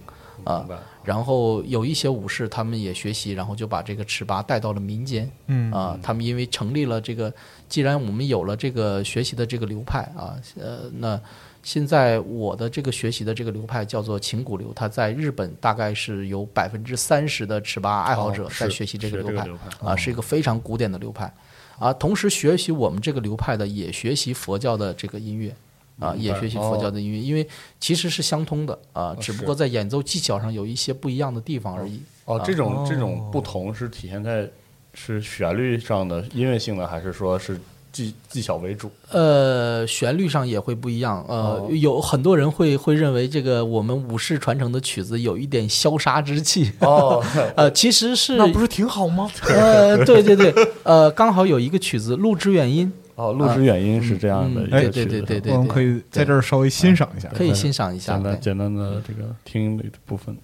啊
明白。
然后有一些武士，他们也学习，然后就把这个尺八带到了民间。
嗯
啊，他们因为成立了这个，既然我们有了这个学习的这个流派啊，呃，那现在我的这个学习的这个流派叫做秦古流，它在日本大概是有百分之三十的尺八爱好者
哦是
在学习这个
学这
流
个
派
流派
啊，是一个非常古典的流派啊。同时学习我们这个流派的，也学习佛教的这个音乐。啊，
明
也
白
学习佛
哦
教的音乐，因为其实是相通的啊，只不过在演奏技巧上有一些不一样的地方而已。
哦，这种这种
哦
不同是体现在是旋律上的音乐性的，还是说是技技巧为主？
呃，旋律上也会不一样。呃，
哦
有很多人会会认为这个我们武士传承的曲子有一点消杀之气。
哦，
呃，其实是
那不是挺好吗？
呃，对对对，呃，刚好有一个曲子《陆之远音
哦，录制原因是这样的
啊嗯
一个
对
曲
对
子，
对对对
我们可以在这儿稍微欣赏一下》，。
可以欣赏一下。
简
对
单简单嗯的这个听的部分。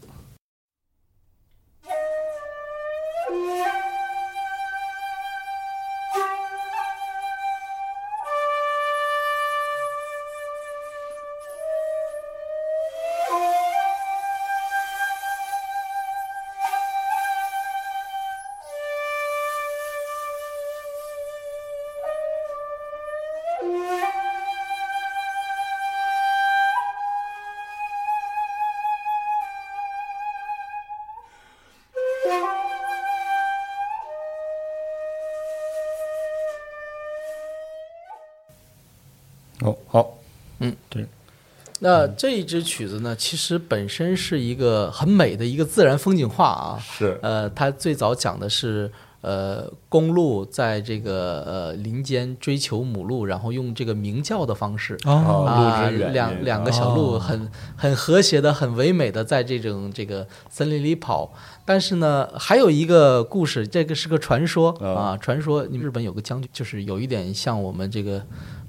哦，好，
嗯，
对，
那
嗯
这一支曲子呢，其实本身是一个很美的一个自然风景画啊。
是
呃，它最早讲的是呃公鹿在这个呃林间追求母鹿，然后用这个鸣叫的方式。
哦，
啊，
鹿之远音
两两个小鹿
哦
很很和谐的、很唯美的在这种这个森林里跑。但是呢，还有一个故事，这个是个传说
啊
啊，传说你们日本有个将军，就是有一点像我们这个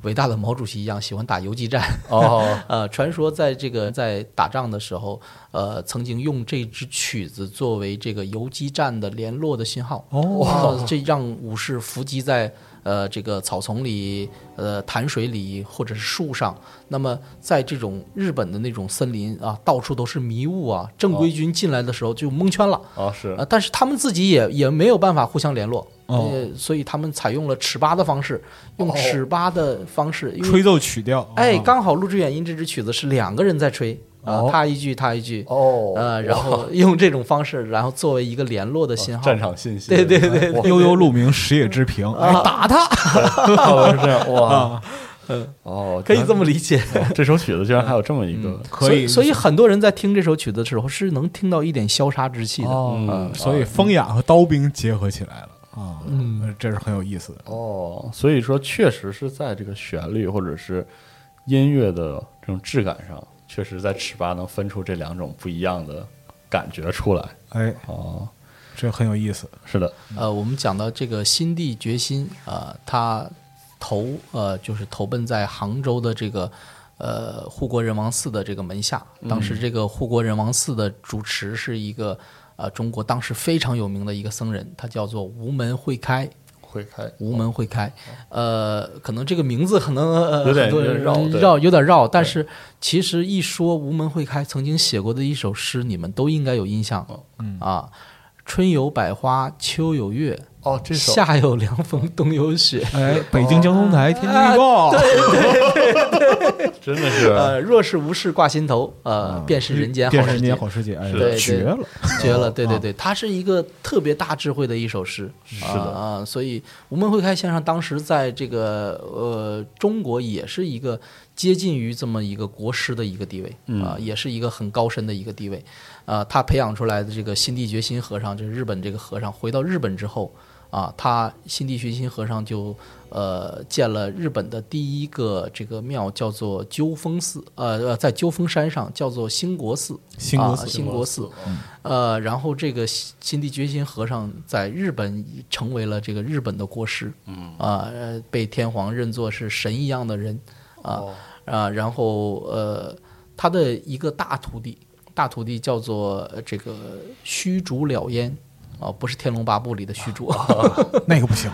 伟大的毛主席一样，喜欢打游击战。
哦，
呃，传说在这个在打仗的时候，呃，曾经用这支曲子作为这个游击战的联络的信号。
哦
呃这让武士伏击在呃这个草丛里、呃潭水里或者是树上。那么在这种日本的那种森林啊，到处都是迷雾啊，正规军进来的时候就蒙圈了。
哦是
呃，但是他们自己也也没有办法互相联络，
哦
呃，所以他们采用了尺八的方式，用尺八的方式，因为
吹奏曲调，
哎，
哦
刚好《录制远音》这支曲子是两个人在吹啊、
哦
他一句他一句，
哦
呃，然后用这种方式，然后作为一个联络的信号，
战场信息，哎
对对对对
哇
悠悠鹿鸣，食野之
嗯
平，哎
啊
打他！
哦是这样哇，
啊
哦，
可以这么理解。
哦这首曲子居然还有这么一个，
可以，
所以，所以很多人在听这首曲子的时候是能听到一点消杀之气的。
嗯
嗯，所以风雅和刀兵结合起来了啊，嗯，这是很有意思的。
哦，所以说确实是在这个旋律或者是音乐的这种质感上，确实在尺八能分出这两种不一样的感觉出来。
哎，
哦，
这很有意思。
是的，
呃，我们讲到这个新地决心啊、呃，他投呃就是投奔在杭州的这个呃护国仁王寺的这个门下。当
嗯
时这个护国仁王寺的主持是一个呃中国当时非常有名的一个僧人，他叫做无门慧开。
会开
无门会开，呃，可能这个名字可能、呃、
有点
很多人
有点绕对
绕有点绕，但是其实一说无门会开曾经写过的一首诗，你们都应该有印象、啊。春有百花，秋有月，
哦，这首
夏有凉风，冬有雪。
哎，北京交通
哦
台天气预报，
啊
真的是
呃，若是无事挂心头，呃，
嗯
便是人间好
便是
世
人
界
间。好世界，哎
是的，
对
绝了！
绝了，对对对，它是一个特别大智慧的一首诗，是
的
啊、啊所以吴门会开先生当时在这个呃中国也是一个接近于这么一个国师的一个地位啊、也是一个很高深的一个地位啊、他培养出来的这个心地觉心和尚，就是日本这个和尚，回到日本之后。啊，他心地觉心和尚就呃建了日本的第一个这个庙，叫做鸠峰寺，呃呃，在鸠峰山上叫做兴国寺，
兴国
啊
寺嗯
兴国寺，呃，然后这个新新地觉心和尚在日本成为了这个日本的国师，嗯啊、呃被天皇认作是神一样的人啊
哦
啊、然后呃，他的一个大徒弟，大徒弟叫做呃这个虚竹了烟。啊、啊，不是《天龙八部》里的 虚竹。
那个不行，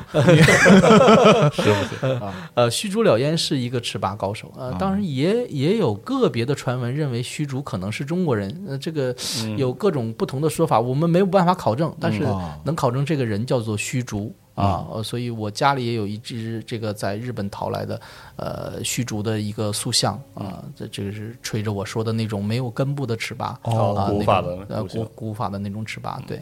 呃，虚竹了烟是一个尺八高手，呃，当然也也有个别的传闻认为虚竹可能是中国人，呃，这个有各种不同的说法，我们没有办法考证，但是
哦
能考证这个人叫做虚竹。啊，呃所以我家里也有一只这个在日本淘来的，呃，虚竹的一个塑像啊，这这个是吹着我说的那种没有根部的尺八，
哦
啊，
古
那
法
种
的
呃
塑
古
像
古法的那种
嗯
尺八，对。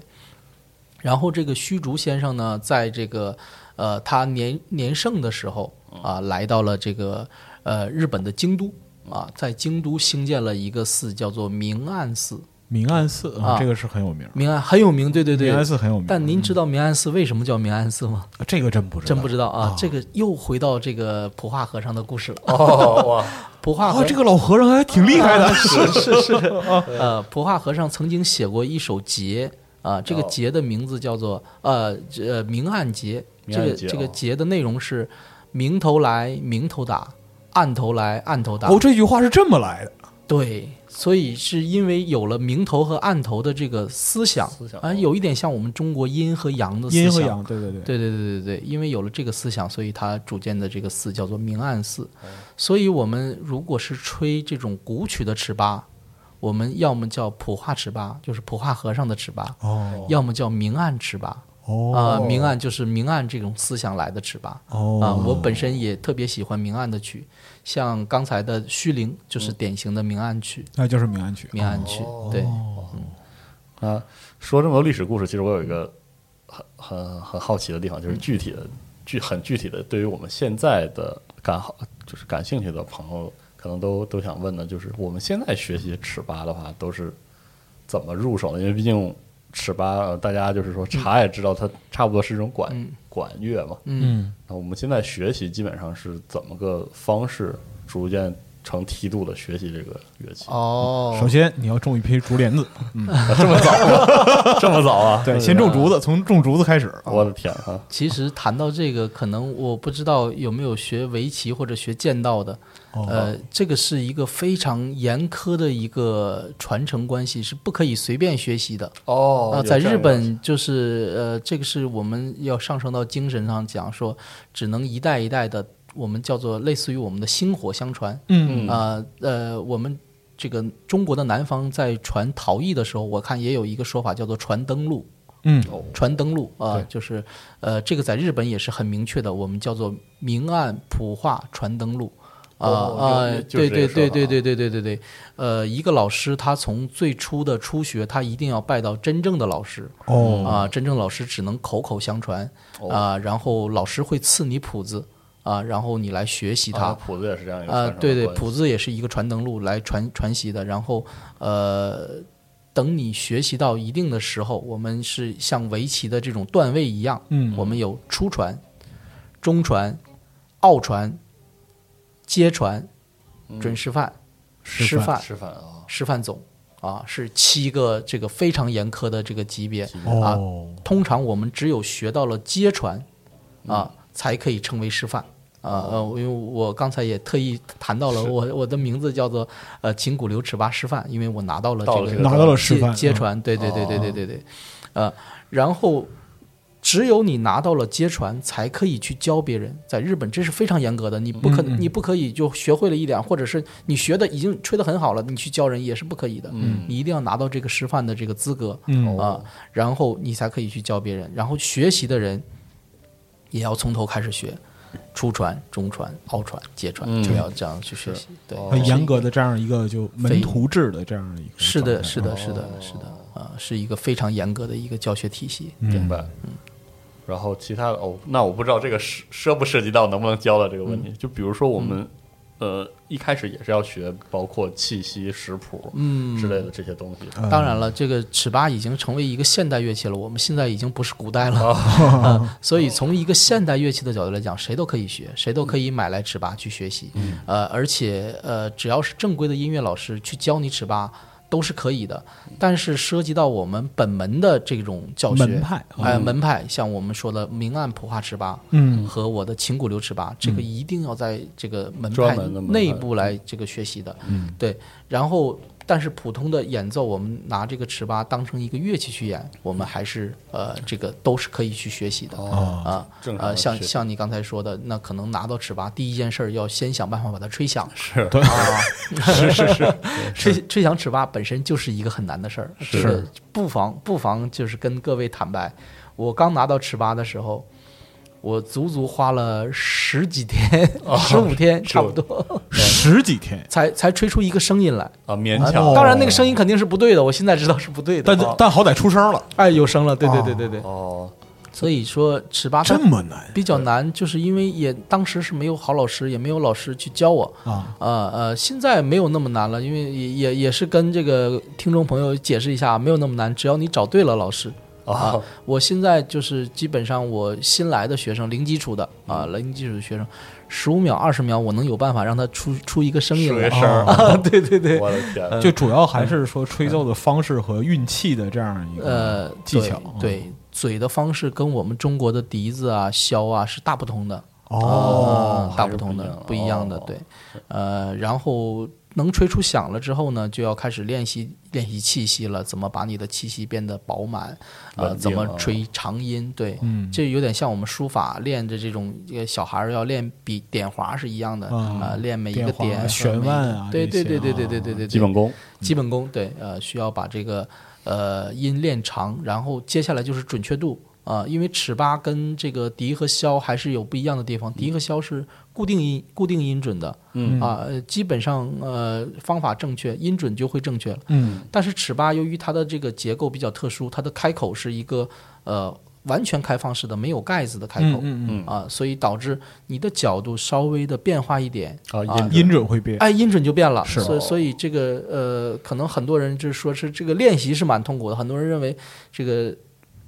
然后这个虚竹先生呢，在这个呃他年年盛的时候
嗯
啊、来到了这个呃日本的京都
嗯
啊、在京都兴建了一个寺，叫做明暗寺。
明暗寺
啊
这个是很有名，
明暗很有名，对对对，
明暗寺很有名啊
但您知道明暗寺为什么叫明暗寺吗？
这个真不知道，哦
真不知道啊，这个又回到这个普化和尚的故事了。
哦哇，
普化
哦，
和尚
这个老和尚还挺厉害的，
是是是，呃，普化和尚曾经写过一首节啊、
哦
这个节的名字叫做呃呃明暗节，
明
这
暗
个
节
这个
哦
节的内容是明头来明头打，暗头来暗头打。
哦，这句话是这么来的，
对，所以是因为有了明头和暗头的这个思想，
思想哦
啊、有一点像我们中国阴和阳的思想。
阴和阳，对对对，
对对对对对，因为有了这个思想，所以他组建的这个寺叫做明暗寺。
哦
所以我们如果是吹这种古曲的尺八，我们要么叫普化尺八，就是普化和尚的尺八；
哦
要么叫明暗尺八。
哦
啊、明暗就是明暗这种思想来的尺八。
哦
啊，我本身也特别喜欢明暗的曲，像刚才的《虚灵》
嗯
就是典型的明暗曲，
那就是明暗曲，
明暗曲。
哦
对，
啊，说这么多历史故事，其实我有一个很很很好奇的地方，就是具体的、具很具体的，对于我们现在的感好就是感兴趣的朋友，可能都都想问的，就是我们现在学习尺八的话，都是怎么入手的？因为毕竟尺八、呃大家就是说查也知道，它差不多是一种管、管乐嘛。
嗯，
那我们现在学习基本上是怎么个方式，逐渐成梯度的学习这个乐器？
哦
首先你要种一批竹帘子，
这么早啊？
对，先种竹子，从种竹子开始，
我的天啊！
其实谈到这个，可能我不知道有没有学围棋或者学剑道的，
哦
呃，这个是一个非常严苛的一个传承关系，是不可以随便学习的。
哦
啊，
有
在
这样
日
一个
本就是呃，这个是我们要上升到精神上讲，说只能一代一代的，我们叫做类似于我们的薪火相传。
嗯
啊呃，我们这个中国的南方在传陶艺的时候，我看也有一个说法叫做传登录。
嗯，
传登录啊、就是呃，这个在日本也是很明确的，我们叫做明暗普化传登录。啊
哦
啊、
就就是这
对对
个啊说
对
法
对对对对对对，呃，一个老师他从最初的初学，他一定要拜到真正的老师，
哦
啊、真正老师只能口口相传，
哦
啊、然后老师会赐你谱子，啊、然后你来学习它，
啊谱子也是这样一个
啊，
传承
对对，
关系
谱子也是一个传灯录来传传习的。然后呃，等你学习到一定的时候，我们是像围棋的这种段位一样，
嗯
我们有初传、中传、奥传、接传、准师范、师
范
范、
吃饭啊，
师范总啊，是七个这个非常严苛的这个级别啊。
哦，
通常我们只有学到了接传
嗯
啊，才可以称为师范。啊呃，
哦
因为我刚才也特意谈到了我我的名字叫做呃秦鼓流尺八师范，因为我拿到了
到
这
了
个
这个
拿到了示
接
范，哦
接
嗯
传，对对对对对对对，呃，然后只有你拿到了接传，才可以去教别人。在日本，这是非常严格的，你不可
嗯
你不可以就学会了一点，或者是你学的已经吹得很好了，你去教人也是不可以的。你一定要拿到这个师范的这个资格，
嗯
啊，然后你才可以去教别人。然后学习的人也要从头开始学，初传、中传、奥传、接传，就要这样去学习。对，
嗯很严格的这样一个就门
非
徒制的这样的一个状态，
是的，是
啊
的，是的，是的，啊、是一个非常严格的一个教学体系。
嗯
明白。然后其他的哦，那我不知道这个涉涉不涉及到能不能教的这个问题。
嗯
就比如说我们呃一开始也是要学包括气息、食谱嗯之类的这些东西。
嗯
当然了，这个尺八已经成为一个现代乐器了，我们现在已经不是古代
哦
了，呃所以从一个现代乐器的角度来讲，谁都可以学，谁都可
嗯
以买来尺八去学习，呃，而且呃，只要是正规的音乐老师去教你尺八。都是可以的，但是涉及到我们本门的这种教学
门派
哎、门派，像我们说的明暗普化尺八，
嗯
和我的秦鼓流尺八，这个一定要在这个门
专
派
门的门派
内部来这个学习的，对。然后但是普通的演奏，我们拿这个尺八当成一个乐器去演，我们还是呃，这个都是可以去学习的啊、
正常
呃，
的
像
学习
像你刚才说的，那可能拿到尺八，第一件事儿要先想办法把它吹响，
是
啊，是是是， 吹吹响尺八本身就是一个很难的事儿，这个不妨不妨就是跟各位坦白，我刚拿到尺八的时候，我足足花了十几天，十五天差不多，
十几天，
才才吹出一个声音来。
啊，勉强
哦
当然，那个声音肯定是不对的，我现在知道是不对的。
但但好歹出声了，
哎，有声了，对对对对对。
哦，
所以说尺八它
这么难
比较难，就是因为也当时是没有好老师，也没有老师去教我。
啊！
呃呃，现在没有那么难了，因为也也也是跟这个听众朋友解释一下，啊没有那么难，只要你找对了老师啊。
哦
我现在就是基本上我新来的学生，零基础的啊，零基础的学生，十五秒、二十秒，我能有办法让他出出一个声音
数学
来。
声儿，
啊对对对，
我的天，
就主要还是说吹奏的方式和运气的这样一
呃
个技巧，
对对嘴的方式跟我们中国的笛子啊、箫啊是大不同的。
哦
嗯，
还
大
是
不同的，
不
不
一
一
样
样
的
的，
哦
对，呃，然后能吹出响了之后呢，就要开始练习练习气息了，怎么把你的气息变得饱满，呃，
稳定
怎么
啊
吹长音，对，
嗯
这有点像我们书法练的这种，这个小孩儿要练笔点划是一样的，
啊
呃，练每一
变
个
化
点和
旋
每一
腕
个
啊
对
这
对
些
对对对
啊
对对对，
基本功
基本功，对，呃，需要把这个呃音练长，然后接下来就是准确度啊、因为尺八跟这个笛和箫还是有不一样的地方，笛和箫是固定音固定音准的，嗯啊、呃基本上呃方法正确，音准就会正确了。
嗯，
但是尺八由于它的这个结构比较特殊，它的开口是一个呃完全开放式的，没有盖子的开口，
嗯
嗯啊、所以导致你的角度稍微的变化一点，
啊，
嗯，
音
音准会变，
哎，音准就变了。
是
所以所以这个呃，可能很多人就是说是这个练习是蛮痛苦的，很多人认为这个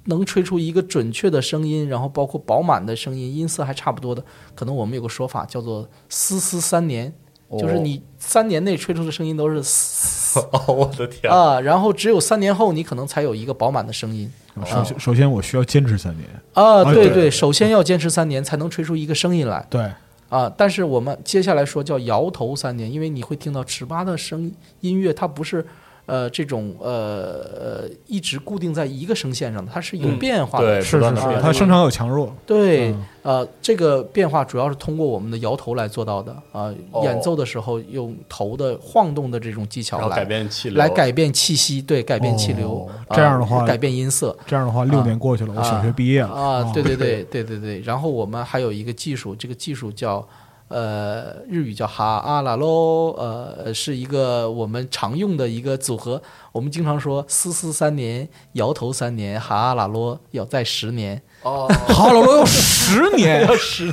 能吹出一个准确的声音，然后包括饱满的声音，音色还差不多的，可能我们有个说法叫做“丝丝三年”，
哦
就是你三年内吹出的声音都是嘶
哦，我的天，
啊、然后只有三年后你可能才有一个饱满的声音。
首先首先我需要坚持三年，
啊，
哎
对
对
对，首先要坚持三年才能吹出一个声音来。
对，
啊，但是我们接下来说叫摇头三年，因为你会听到尺八的声音乐，它不是呃这种呃呃一直固定在一个声线上的，它是有变化的。
对，
是
不断
是
地
是，
变
它生长有强弱，
对
嗯
呃，这个变化主要是通过我们的摇头来做到的啊、
哦
演奏的时候用头的晃动的这种技
然
巧
后
来
改变气流，
来改变气息，对，改变气流，啊
哦这样的话
改变音色。
这样的话六年过去了，我小学毕业了哦
啊， 对对对对对对。然后我们还有一个技术，这个技术叫呃日语叫哈阿拉喽，呃是一个我们常用的一个组合。我们经常说思思三年，摇头三年，哈阿拉罗要在十年。
哈喽喽要十年，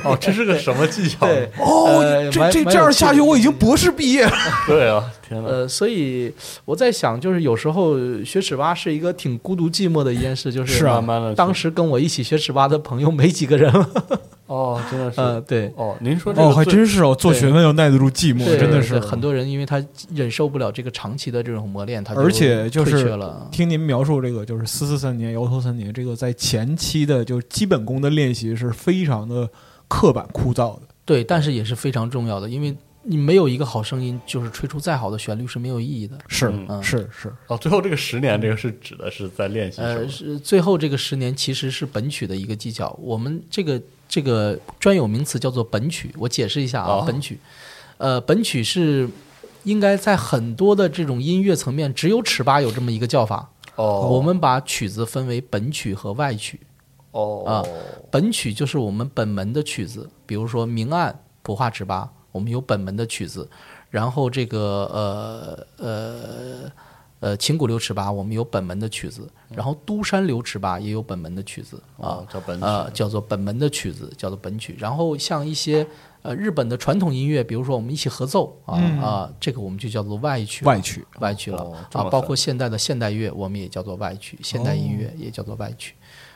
哦，这是个什么技巧？
对，
哦
呃，
这
蛮
这
蛮
这样
有趣
下
的
去我已经博士毕业了，
对啊，天哪，
呃，所以我在想，就是有时候学尺八是一个挺孤独寂寞的一件事，就是
是啊
慢慢的，
当时跟我一起学尺八的朋友没几个人了。
哦，真的是，
呃，对，
哦，您说这
哦，
个
还
最
真是哦，做学问要耐得住寂寞，
对
真的
对
是
很。多人，因为他忍受不了这个长期的这种磨练，他
而且就
退
是
却了。
听您描述这个，就是四四三年、摇头三年，这个在前期的就基本功的练习是非常的刻板枯燥的。
对，但是也是非常重要的，因为你没有一个好声音，就是吹出再好的旋律是没有意义的。
是
嗯
是是，
哦，最后这个十年，这个是指的是在练习什
呃，
么？
是最后这个十年其实是本曲的一个技巧，我们这个这个专有名词叫做本曲，我解释一下啊，
哦
本曲，呃，本曲是应该在很多的这种音乐层面，只有尺八有这么一个叫法。
哦
我们把曲子分为本曲和外曲。
哦
啊本曲就是我们本门的曲子，比如说明暗普化尺八，我们有本门的曲子，然后这个呃呃呃秦鼓流尺八，我们有本门的曲子，然后都山流尺八也有本门的曲子啊
哦，叫本曲
呃叫做本门的曲子叫做本曲，然后像一些呃日本的传统音乐，比如说我们一起合奏啊啊、这个我们就叫做外曲了
外曲
外曲了、
哦这
啊
么，狠哦
包括现代的现代乐，我们也叫做外曲，现代音乐也叫做外曲，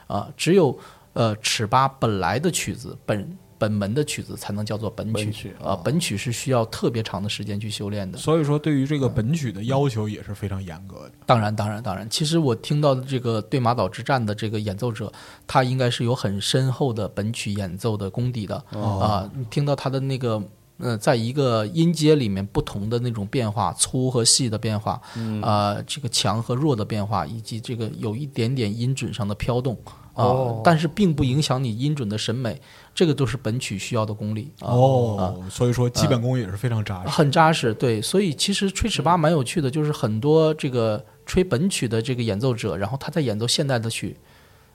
啊，只有呃尺八本来的曲子本。本门的曲子才能叫做本曲
本曲哦
啊、本曲是需要特别长的时间去修炼的。
所以说对于这个本曲的要求也是非常严格的。
当然，当然，当然。其实我听到的这个对马岛之战的这个演奏者，他应该是有很深厚的本曲演奏的功底的啊、你听到他的那个呃，在一个音阶里面不同的那种变化，粗和细的变化，呃，这个强和弱的变化，以及这个有一点点音准上的飘动啊、
哦
但是并不影响你音准的审美，这个都是本曲需要的功力啊。啊
哦，所以说基本功也是非常扎实。
很扎实，对，所以其实
嗯
吹尺八蛮有趣的，就是很多这个吹本曲的这个演奏者，然后他在演奏现代的曲，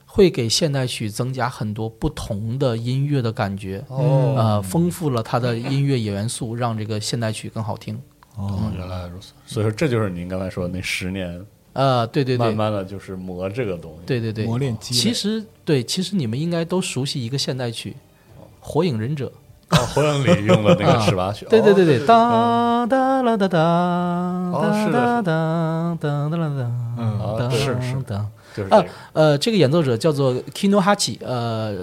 会给现代曲增加很多不同的音乐的感觉，
哦
呃，丰富了他的音乐元素，让这个现代曲更好听。
哦，
原来如此，所以说这就是您刚才说的那十年，
呃，对对
慢
对，
慢的就是磨这个东西。，
对对对，
磨练积累
其实对，其实你们应该都熟悉一个现代曲，《火影忍者》。
哦，火影里用的那个尺八曲
啊，对
哦
对对对，哒哒啦哒哒，哒
是的是
哒
的
哒哒哒啦哒，
嗯，
哒
啊，是是，
哒。
就是
啊
这个，
呃，这个演奏者叫做 Kino Hachi，呃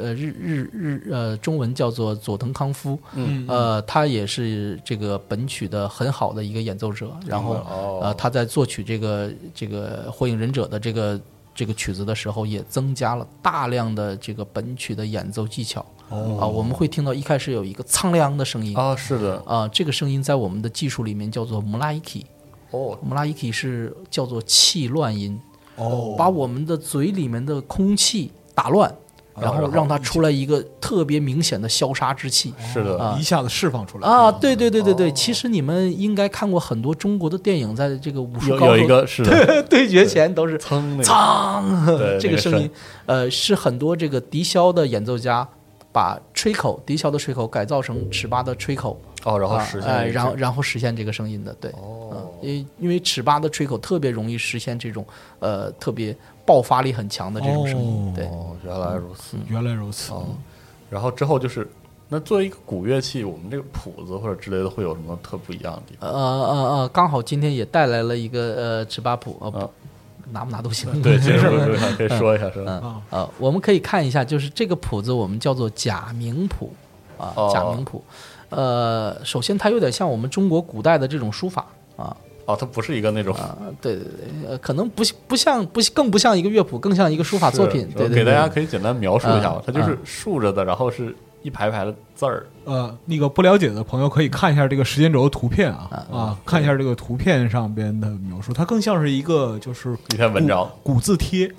呃，日日日呃，中文叫做佐藤康夫，嗯，呃，他也是这个本曲的很好的一个演奏者，然后、
哦
呃，他在作曲这个这个《火影忍者》的这个这个曲子的时候，也增加了大量的这个本曲的演奏技巧，哦、啊，我们会听到一开始有一个苍凉的声音，
啊，是的，
啊、这个声音在我们的技术里面叫做 mulaiki，
哦，
mulaiki 是叫做气乱音。
哦，
把我们的嘴里面的空气打乱，然后让它出来一个特别明显的消杀之气。
是的，
哦一下子释放出来
啊，对对对对对，其实你们应该看过很多中国的电影，在这个武术
有
高
有
手
一个是的，
对决前都是
噌那个
苍
对
这个
那个
声音，呃，是很多这个笛箫的演奏家把吹口笛箫的吹口改造成尺八的吹口，
哦，然后
啊
实现
哎
了一个哦
然后然后实现这个声音的，对，嗯，因为因为尺八的吹口特别容易实现这种呃特别爆发力很强的这种声
哦
音，对。
哦，原来如此。
原来如此，
然后之后就是，那作为一个古乐器，我们这个谱子或者之类的会有什么特不一样的地方？
呃呃呃，刚好今天也带来了一个呃尺八谱，呃，
啊
不拿不拿都行。
对，其实我想可以说一下，是吧？
嗯 呃，我们可以看一下，就是这个谱子我们叫做假名谱啊，
哦
假名谱。呃，首先它有点像我们中国古代的这种书法啊，
哦，它不是一个那种
呃对对对，呃，可能不不像不更不像一个乐谱，更像一个书法作品。
是
对对对，
给大家可以简单描述一下吧
嗯，
它就是竖着的，然后是一排排的字儿，
呃，那个不了解的朋友可以看一下这个时间轴图片啊啊，看一下这个图片上边的描述，它更像是一个就是
一篇文章
古古字贴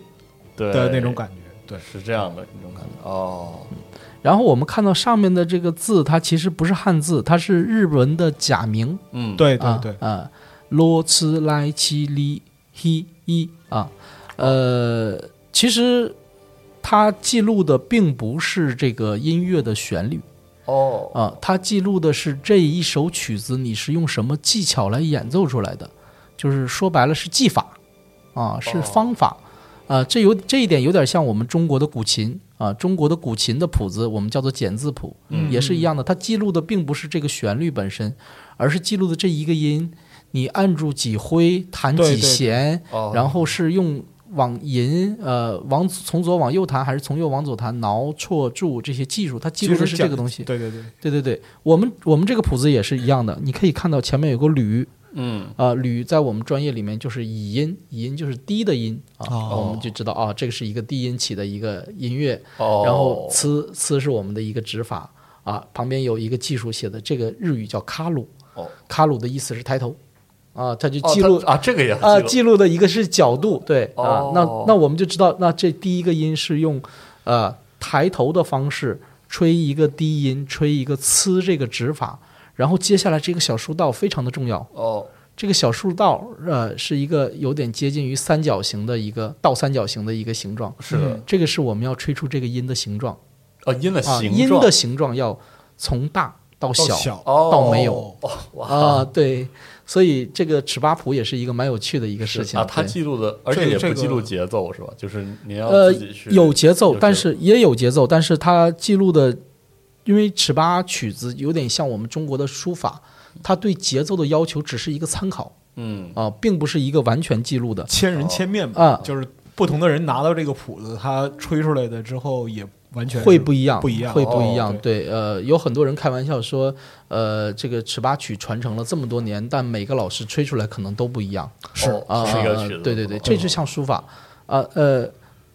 对
的那种感觉。对，
是这样的一种感觉。哦，
然后我们看到上面的这个字，它其实不是汉字，它是日文的假名。
嗯，，
对
啊
对对，
啊，罗吃来七里嘿一啊，呃，其实它记录的并不是这个音乐的旋律
哦，
啊，它记录的是这一首曲子你是用什么技巧来演奏出来的，就是说白了是技法啊，是
哦
方法。啊，这有这一点有点像我们中国的古琴啊，中国的古琴的谱子我们叫做简字谱，
嗯
也是一样的，它记录的并不是这个旋律本身，而是记录的这一个音，你按住几挥，弹
对
几
对
弦，
哦
然后是用往银呃往从左往右弹还是从右往左弹，挠、戳、住这些技术，它记录的
其
是
实
这
讲
个东西。
对对对，
对对对，我们我们这个谱子也是一样的，你可以看到前面有个吕，
嗯，
啊，吕在我们专业里面就是乙音，乙音就是低的音啊，
哦
我们就知道啊，这个是一个低音起的一个音乐。
哦，
然后呲呲是我们的一个指法啊，旁边有一个技术写的，这个日语叫卡鲁，
哦
卡鲁的意思是抬头啊，它就
哦
记录
它啊，这个也很
啊，
记
记录的一个是角度，对啊
哦，
那那我们就知道，那这第一个音是用呃抬头的方式吹一个低音，吹一个呲这个指法，然后接下来这个小竖道非常的重要，
录哦，
这个小竖道呃是一个有点接近于三角形的一个倒三角形的一个形状，嗯
是的，
这个是我们要吹出这个音的形状
哦，音的
啊，
形
音
状
的形状要从大到
到
小
小
哦
到没有
哦哇
啊，对，所以这个尺八谱也是一个蛮有趣的一个事情
啊，它
对
记录的，而且也
这
不
个
记录节奏是吧？就是您要
呃
自己去，
有节奏，
有
但是也有节奏，但是它记录的，因为尺八曲子有点像我们中国的书法，它对节奏的要求只是一个参考
嗯，
啊、并不是一个完全记录的。
千人千面
啊
吧，就是不同的人拿到这个谱子，他吹出来的之后也完全
会不一样，
不一样，
会不一
哦
样。，对，呃，有很多人开玩笑说，呃，这个尺八曲传承了这么多年，但每个老师吹出来可能都不一样。
是
哦
啊，
是一个
啊
曲子，嗯
对对对，这就像书法啊呃，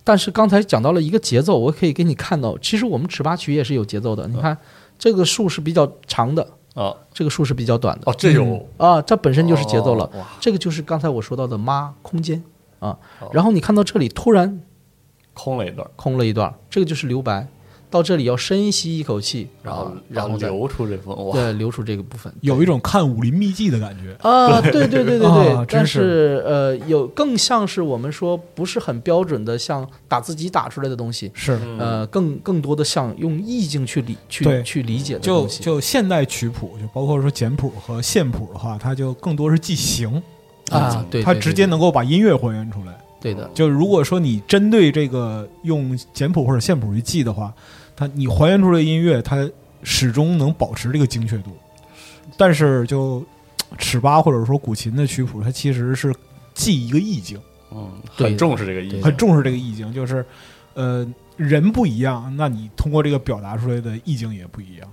但是刚才讲到了一个节
嗯
奏，我可以给你看到，其实我们尺八曲也是有节奏的。你看这个竖是比较长的
啊
这个数是比较短的。
哦，这有
啊，它本身就是节奏了。
哦哇
这个就是刚才我说到的妈空间啊。然后你看到这里突然
空了一段，
空了一段，这个就是留白。到这里要深吸一口气，
然后
啊
然
然
后
后再
流出这封哇，
对留出这个部分。
有一种看武林秘籍的感觉。
啊，对对对对对，
啊真
但
是
是呃，有更像是我们说不是很标准的，像打字机打出来的东西，
是，
呃，更更多的像用意境去理
对
去去理解的
就
东西。
就现代曲谱，就包括说简谱和线谱的话，它就更多是记形，
啊，对，
嗯它
对
直
对
接能够把音乐还原出来。
对的，
就如果说你针对这个用简谱或者线谱去记的话，它你还原出来的音乐，它始终能保持这个精确度。但是就嘖尺八或者说古琴的曲谱，它其实是记一个意境，
嗯，
对
很重视这个意
对
境，
很重视这个意境，就是呃人不一样，那你通过这个表达出来的意境也不一样。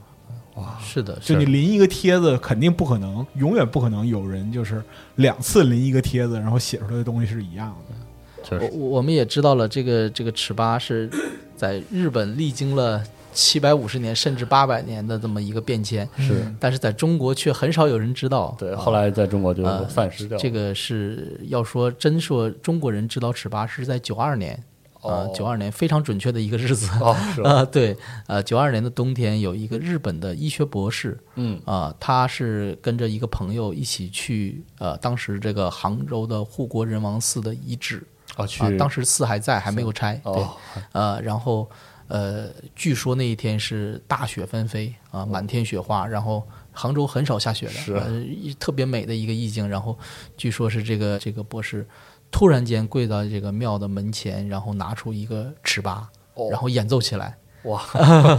是的，
就是你临一个帖子，肯定不可能，永远不可能有人就是两次临一个帖子，然后写出来的东西是一样的。
确
我
实
我我们也知道了，这个这个尺八是在日本历经了七百五十年甚至八百年的这么一个变迁，
是
但是在中国却很少有人知道。
对，
啊
后来在中国就
呃
散失掉了
这个是要说真说中国人知道尺八是在九二年啊
哦，
九二、年非常准确的一个日子。
哦，是吧？
啊，对，呃，九二年的冬天，有一个日本的医学博士，
嗯，
啊、他是跟着一个朋友一起去，呃，当时这个杭州的护国仁王寺的遗址，
啊，去
啊，当时寺还在，还没有拆，对，
哦
呃，然后呃，据说那一天是大雪纷飞啊、满天雪花，然后杭州很少下雪的，
是
呃一特别美的一个意境。然后据说是这个这个博士突然间跪到这个庙的门前，然后拿出一个尺八，
哦
然后演奏起来，
哇，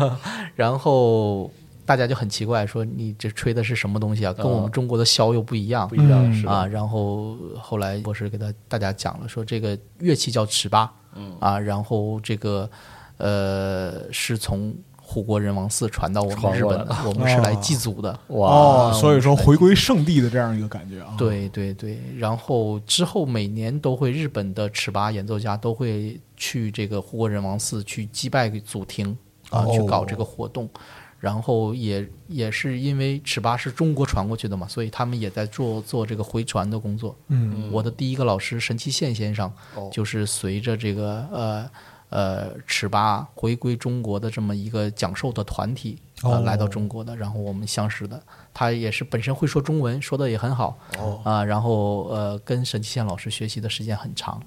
然后大家就很奇怪，说你这吹的是什么东西啊？跟我们中国的箫又不一
嗯
样
不。一样
嗯
是
啊，
吧？
然后后来博士给他大家讲了，说这个乐器叫尺八，嗯啊，然后这个呃是从护国仁王寺传到我们
传
日
过
本
来
的，我们是来祭祖的。
哇，
哦，所以说回归圣地的这样一个感觉啊。，
哦
对对对，然后之后每年都会日本的尺八演奏家都会去这个护国仁王寺去祭拜祖庭啊，去搞
哦
这个活动。然后也也是因为尺八是中国传过去的嘛，所以他们也在做做这个回传的工作。
嗯，
我的第一个老师神崎宪先生，
哦
就是随着这个呃呃尺八回归中国的这么一个讲授的团体啊、
哦
来到中国的，然后我们相识的。他也是本身会说中文，说的也很好啊、然后呃跟神崎宪老师学习的时间很长，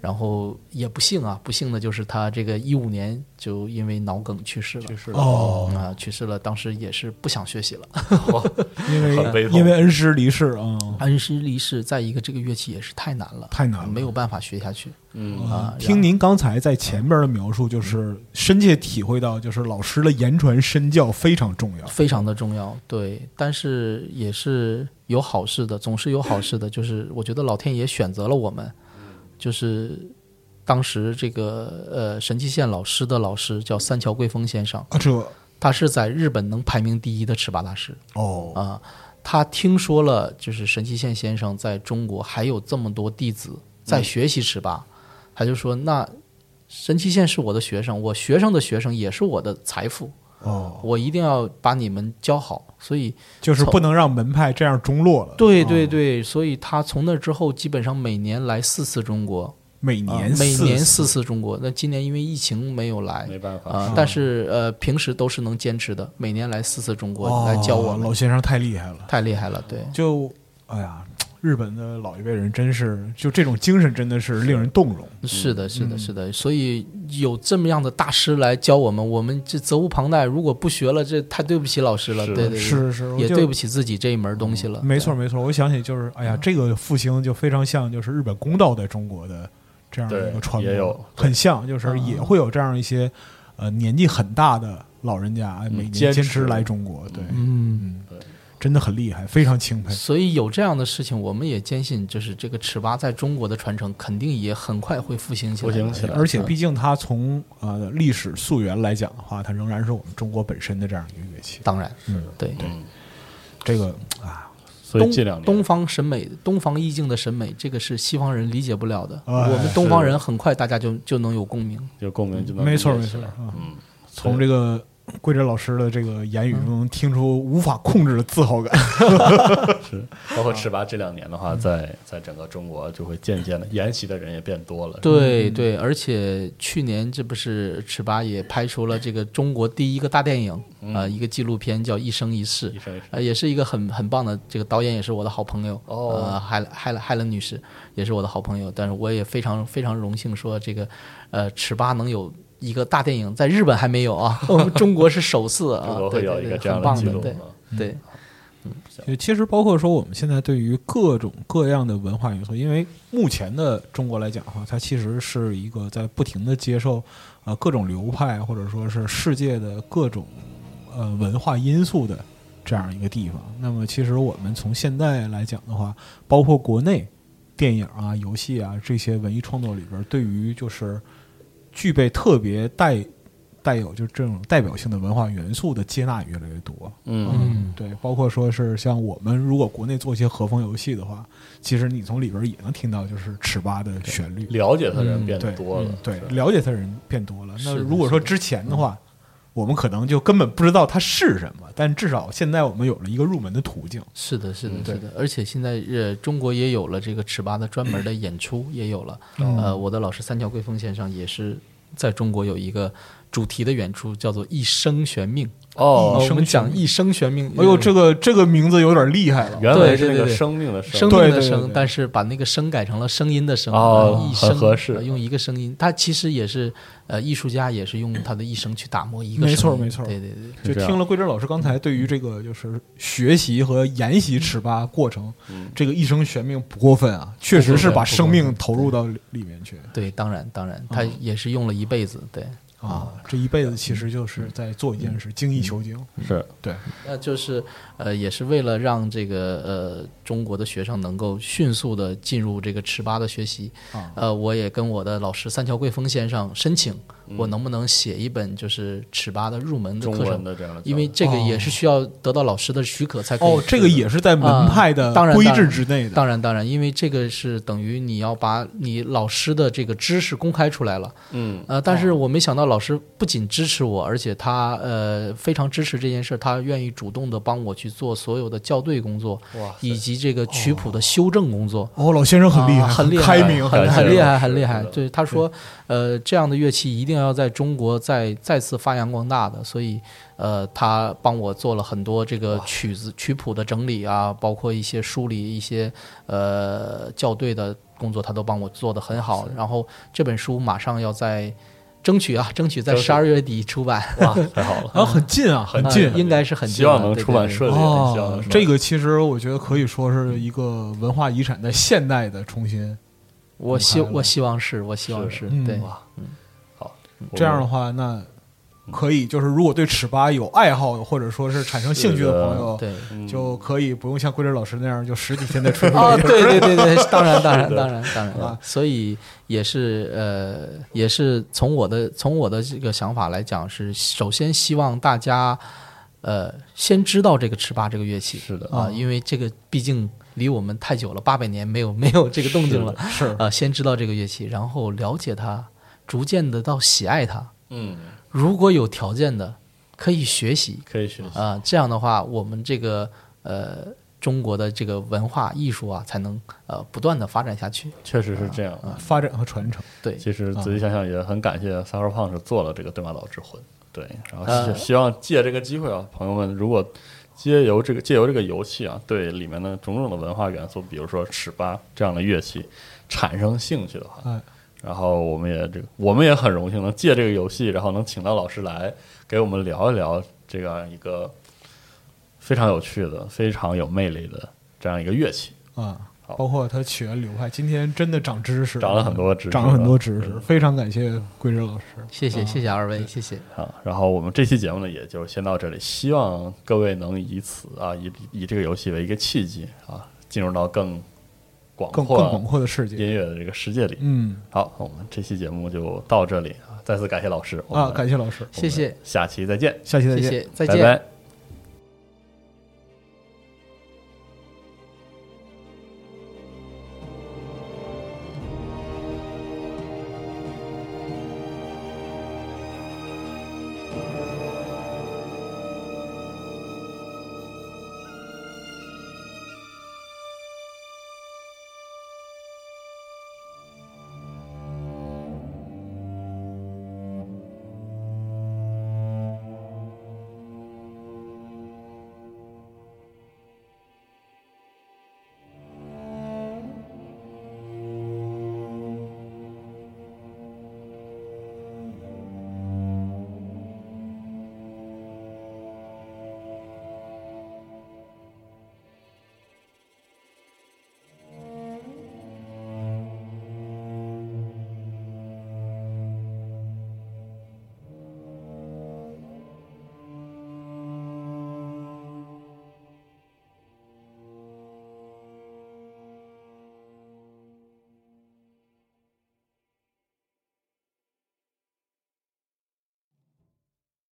然后也不幸啊，不幸的就是他这个一五年就因为脑梗去世了。去世了
哦
啊、去世了。当时也是不想学习了，
因
很悲
为
痛
因为恩师离世啊，
恩师离世，再一个这个乐器也是太难了，
太难了
没有办法学下去。
嗯
啊嗯
听您刚才在前边的描述，就是深切体会到，就是老师的言传身教非常重要。
非常的重要，对，但是也是有好事的，总是有好事的。就是我觉得老天爷选择了我们，就是当时这个呃神崎县老师的老师叫三桥贵峰先生，
啊，这
他是在日本能排名第一的尺八大师
哦
啊、他听说了就是神崎县先生在中国还有这么多弟子
嗯
在学习尺八，他就说那神崎县是我的学生，我学生的学生也是我的财富。
哦，
我一定要把你们教好，所以
就是不能让门派这样中落了。
对
哦
对，对，所以他从那之后，基本上每年来四次中国，
每
啊
年
每年
四次
四次中国。那今年因为疫情没有来，
没办法
啊、但是呃，平时都是能坚持的，每年来四次中国、
哦
来教我们
老，先生太厉害了。
太厉害了，对。
就哎呀，日本的老一辈人真是就这种精神真的是令人动容。
是
嗯
的，是的，是的，所以有这么样的大师来教我们，我们这责无旁贷。如果不学了，这太对不起老师了，
是
对对对，
是是，我
也
就嗯
对不起自己这一门东西了。嗯
没错没错，我想起就是哎呀，这个复兴就非常像就是日本公道在中国的这样的一
对
个传
也有
统，很像，
嗯
就是也会有这样一些呃年纪很大的老人家哎每年
嗯坚
坚
持
持来中国，对，
嗯，
真的很厉害，非常钦佩。
所以有这样的事情，我们也坚信，就是这个尺八在中国的传承肯定也很快会复兴起来。
复兴起来
而且毕竟它从呃历史溯源来讲的话，它仍然是我们中国本身的这样一个乐器。
当然，
嗯
对。
这个啊，
所以
东
近两年
东方审美、东方意境的审美，这个是西方人理解不了的。
哎
我们东方人很快大家就就能有共鸣。
有共鸣就能
没错
理
没
解起
错
来
啊，
嗯，
从这个贵哲老师的这个言语
嗯
中听出无法控制的自豪感。
包括尺八这两年的话，在在整个中国就会渐渐的研习的人也变多了。
对对，而且去年这不是尺八也拍出了这个中国第一个大电影啊、呃一个纪录片叫《一生一世》，
嗯一生一世
呃，也是一个很很棒的这个导演，也是我的好朋友
哦
呃，海海海伦女士也是我的好朋友，但是我也非常非常荣幸说这个呃尺八能有。一个大电影在日本还没有 啊，我们中国是首次啊，
中国
对
会
对
有一
对
个这
很
样的
棒
记录嗯
对
吗
对，
就其实包括说我们现在对于各种各样的文化元素，因为目前的中国来讲的话，它其实是一个在不停的接受呃各种流派或者说是世界的各种呃文化因素的这样一个地方。那么其实我们从现在来讲的话，包括国内电影啊、游戏啊这些文艺创作里边，对于就是具备特别带带有就这种代表性的文化元素的接纳越来越多。
嗯，
嗯，对，包括说是像我们如果国内做一些和风游戏的话，其实你从里边也能听到就是尺八的旋律，
了解他的人变
对嗯
多了，
对
是，
了解它的人变多了。那
是的
如果说之前的话，我们可能就根本不知道它是什么，但至少现在我们有了一个入门的途径。
是的，是的，
嗯对
是的，而且现在呃，中国也有了这个尺八的专门的演出，也有了。
哦
呃，我的老师三桥贵风先生也是在中国有一个主题的演出，叫做“一生悬命”。
哦
呃我
一生
们讲
悬
“一嗯生悬命”，
哎呦，这个这个名字有点厉害了。
原来是
对对
那个
对
生命的生
生命
对
的
对对
生
对，
但是把那个声改成了声音的声，
哦
呃一
很
生
合适
呃用一个声音，他其实也是呃，艺术家也是用他的一生去打磨一个声
没
音。
错没错
对对
就是
对。
这样
听了桂珍老师刚才对于这个就是学习和研习尺八过程，这个一生悬命不过分啊，确实是把生命投入到里里面去。
对，当然，当
哦
然，他也是用了一辈子。对，
啊，这一辈子其实就是在做一
嗯
件事，精益求精。
是
对，
那就是呃，也是为了让这个呃中国的学生能够迅速的进入这个尺八的学习，
啊
呃，我也跟我的老师三桥贵风先生申请，我能不能写一本就是尺八的入门的
中
课
文
程，
的这样的教育，
因为这个也是需要得到老师的许可才可以。
哦，这个也是在门派的
啊当然
规制之内的。
当然，当然，因为这个是等于你要把你老师的这个知识公开出来了，
嗯，
呃，但是我没想到老师不仅支持我，而且他呃非常支持这件事，他愿意主动的帮我去做所有的校对工作，以及这个曲谱的修正工作。
哦，老先生很厉害，
啊很厉
开明，
很
很
很厉
害。
害，很厉害
是的。
对，他说，呃，这样的乐器一定要在中国再再次发扬光大的，所以，呃，他帮我做了很多这个曲子曲谱的整理啊，包括一些梳理一些呃校对的工作，他都帮我做得很好。然后这本书马上要在争取啊，争取在
争取
十二月底出版，
哇，太好了，
然后很近啊，很
呃
近。
应该是很
希
近的
望能
对
出版
对对
顺利，很希望
哦
能出，版
这个其实我觉得可以说是一个文化遗产在现代的重新。
我希
公开了
我希望是，我希望
是
是
嗯
对。
哇，好，我
这样的话，那
嗯
可以就是如果对尺八有爱好的，或者说是产生兴趣的朋友，
对，
嗯
就可以不用像桂枝老师那样，就十几天的春
哦，对对对对，当然当然当然当然啊，所以也是呃，也是从我的从我的这个想法来讲，是首先希望大家呃先知道这个尺八这个乐器，
是的
啊、
哦
因为这个毕竟离我们太久了，八百年没有 没有这个动静了，
是
啊，先知道这个乐器，然后了解它，逐渐的到喜爱它，
嗯，
如果有条件的可以学习，
可以学习，
啊、这样的话，我们这个呃中国的这个文化艺术啊，才能呃不断的发展下去。
确实是这样。
发展和传承。
对，
其实仔细想想，也很感谢三号胖是做了这个《对马岛之魂》。对，然后
呃
希希望借这个机会啊，朋友们，如果借由这个借由这个游戏啊，对里面的种种的文化元素，比如说尺八这样的乐器产生兴趣的话，
哎，
然后我们也这个我们也很荣幸能借这个游戏，然后能请到老师来给我们聊一聊这样一个非常有趣的、非常有魅力的这样一个乐器。
啊，
好
包括他起源流派，今天真的长知识了，
长了很多知识
长了很多知识，
嗯
非常感谢桂枝老师。
谢谢谢谢二位，谢谢。
啊，然后我们这期节目呢，也就先到这里，希望各位能以此啊，以以这个游戏为一个契机啊，进入到更广
更
阔、啊
更广阔的世界。
音乐的这个世界里。
嗯
好，我们这期节目就到这里啊，再次感谢老师
啊，感谢老师，
谢谢，
下期再见，
下期再
谢
见。
谢，再见。
拜拜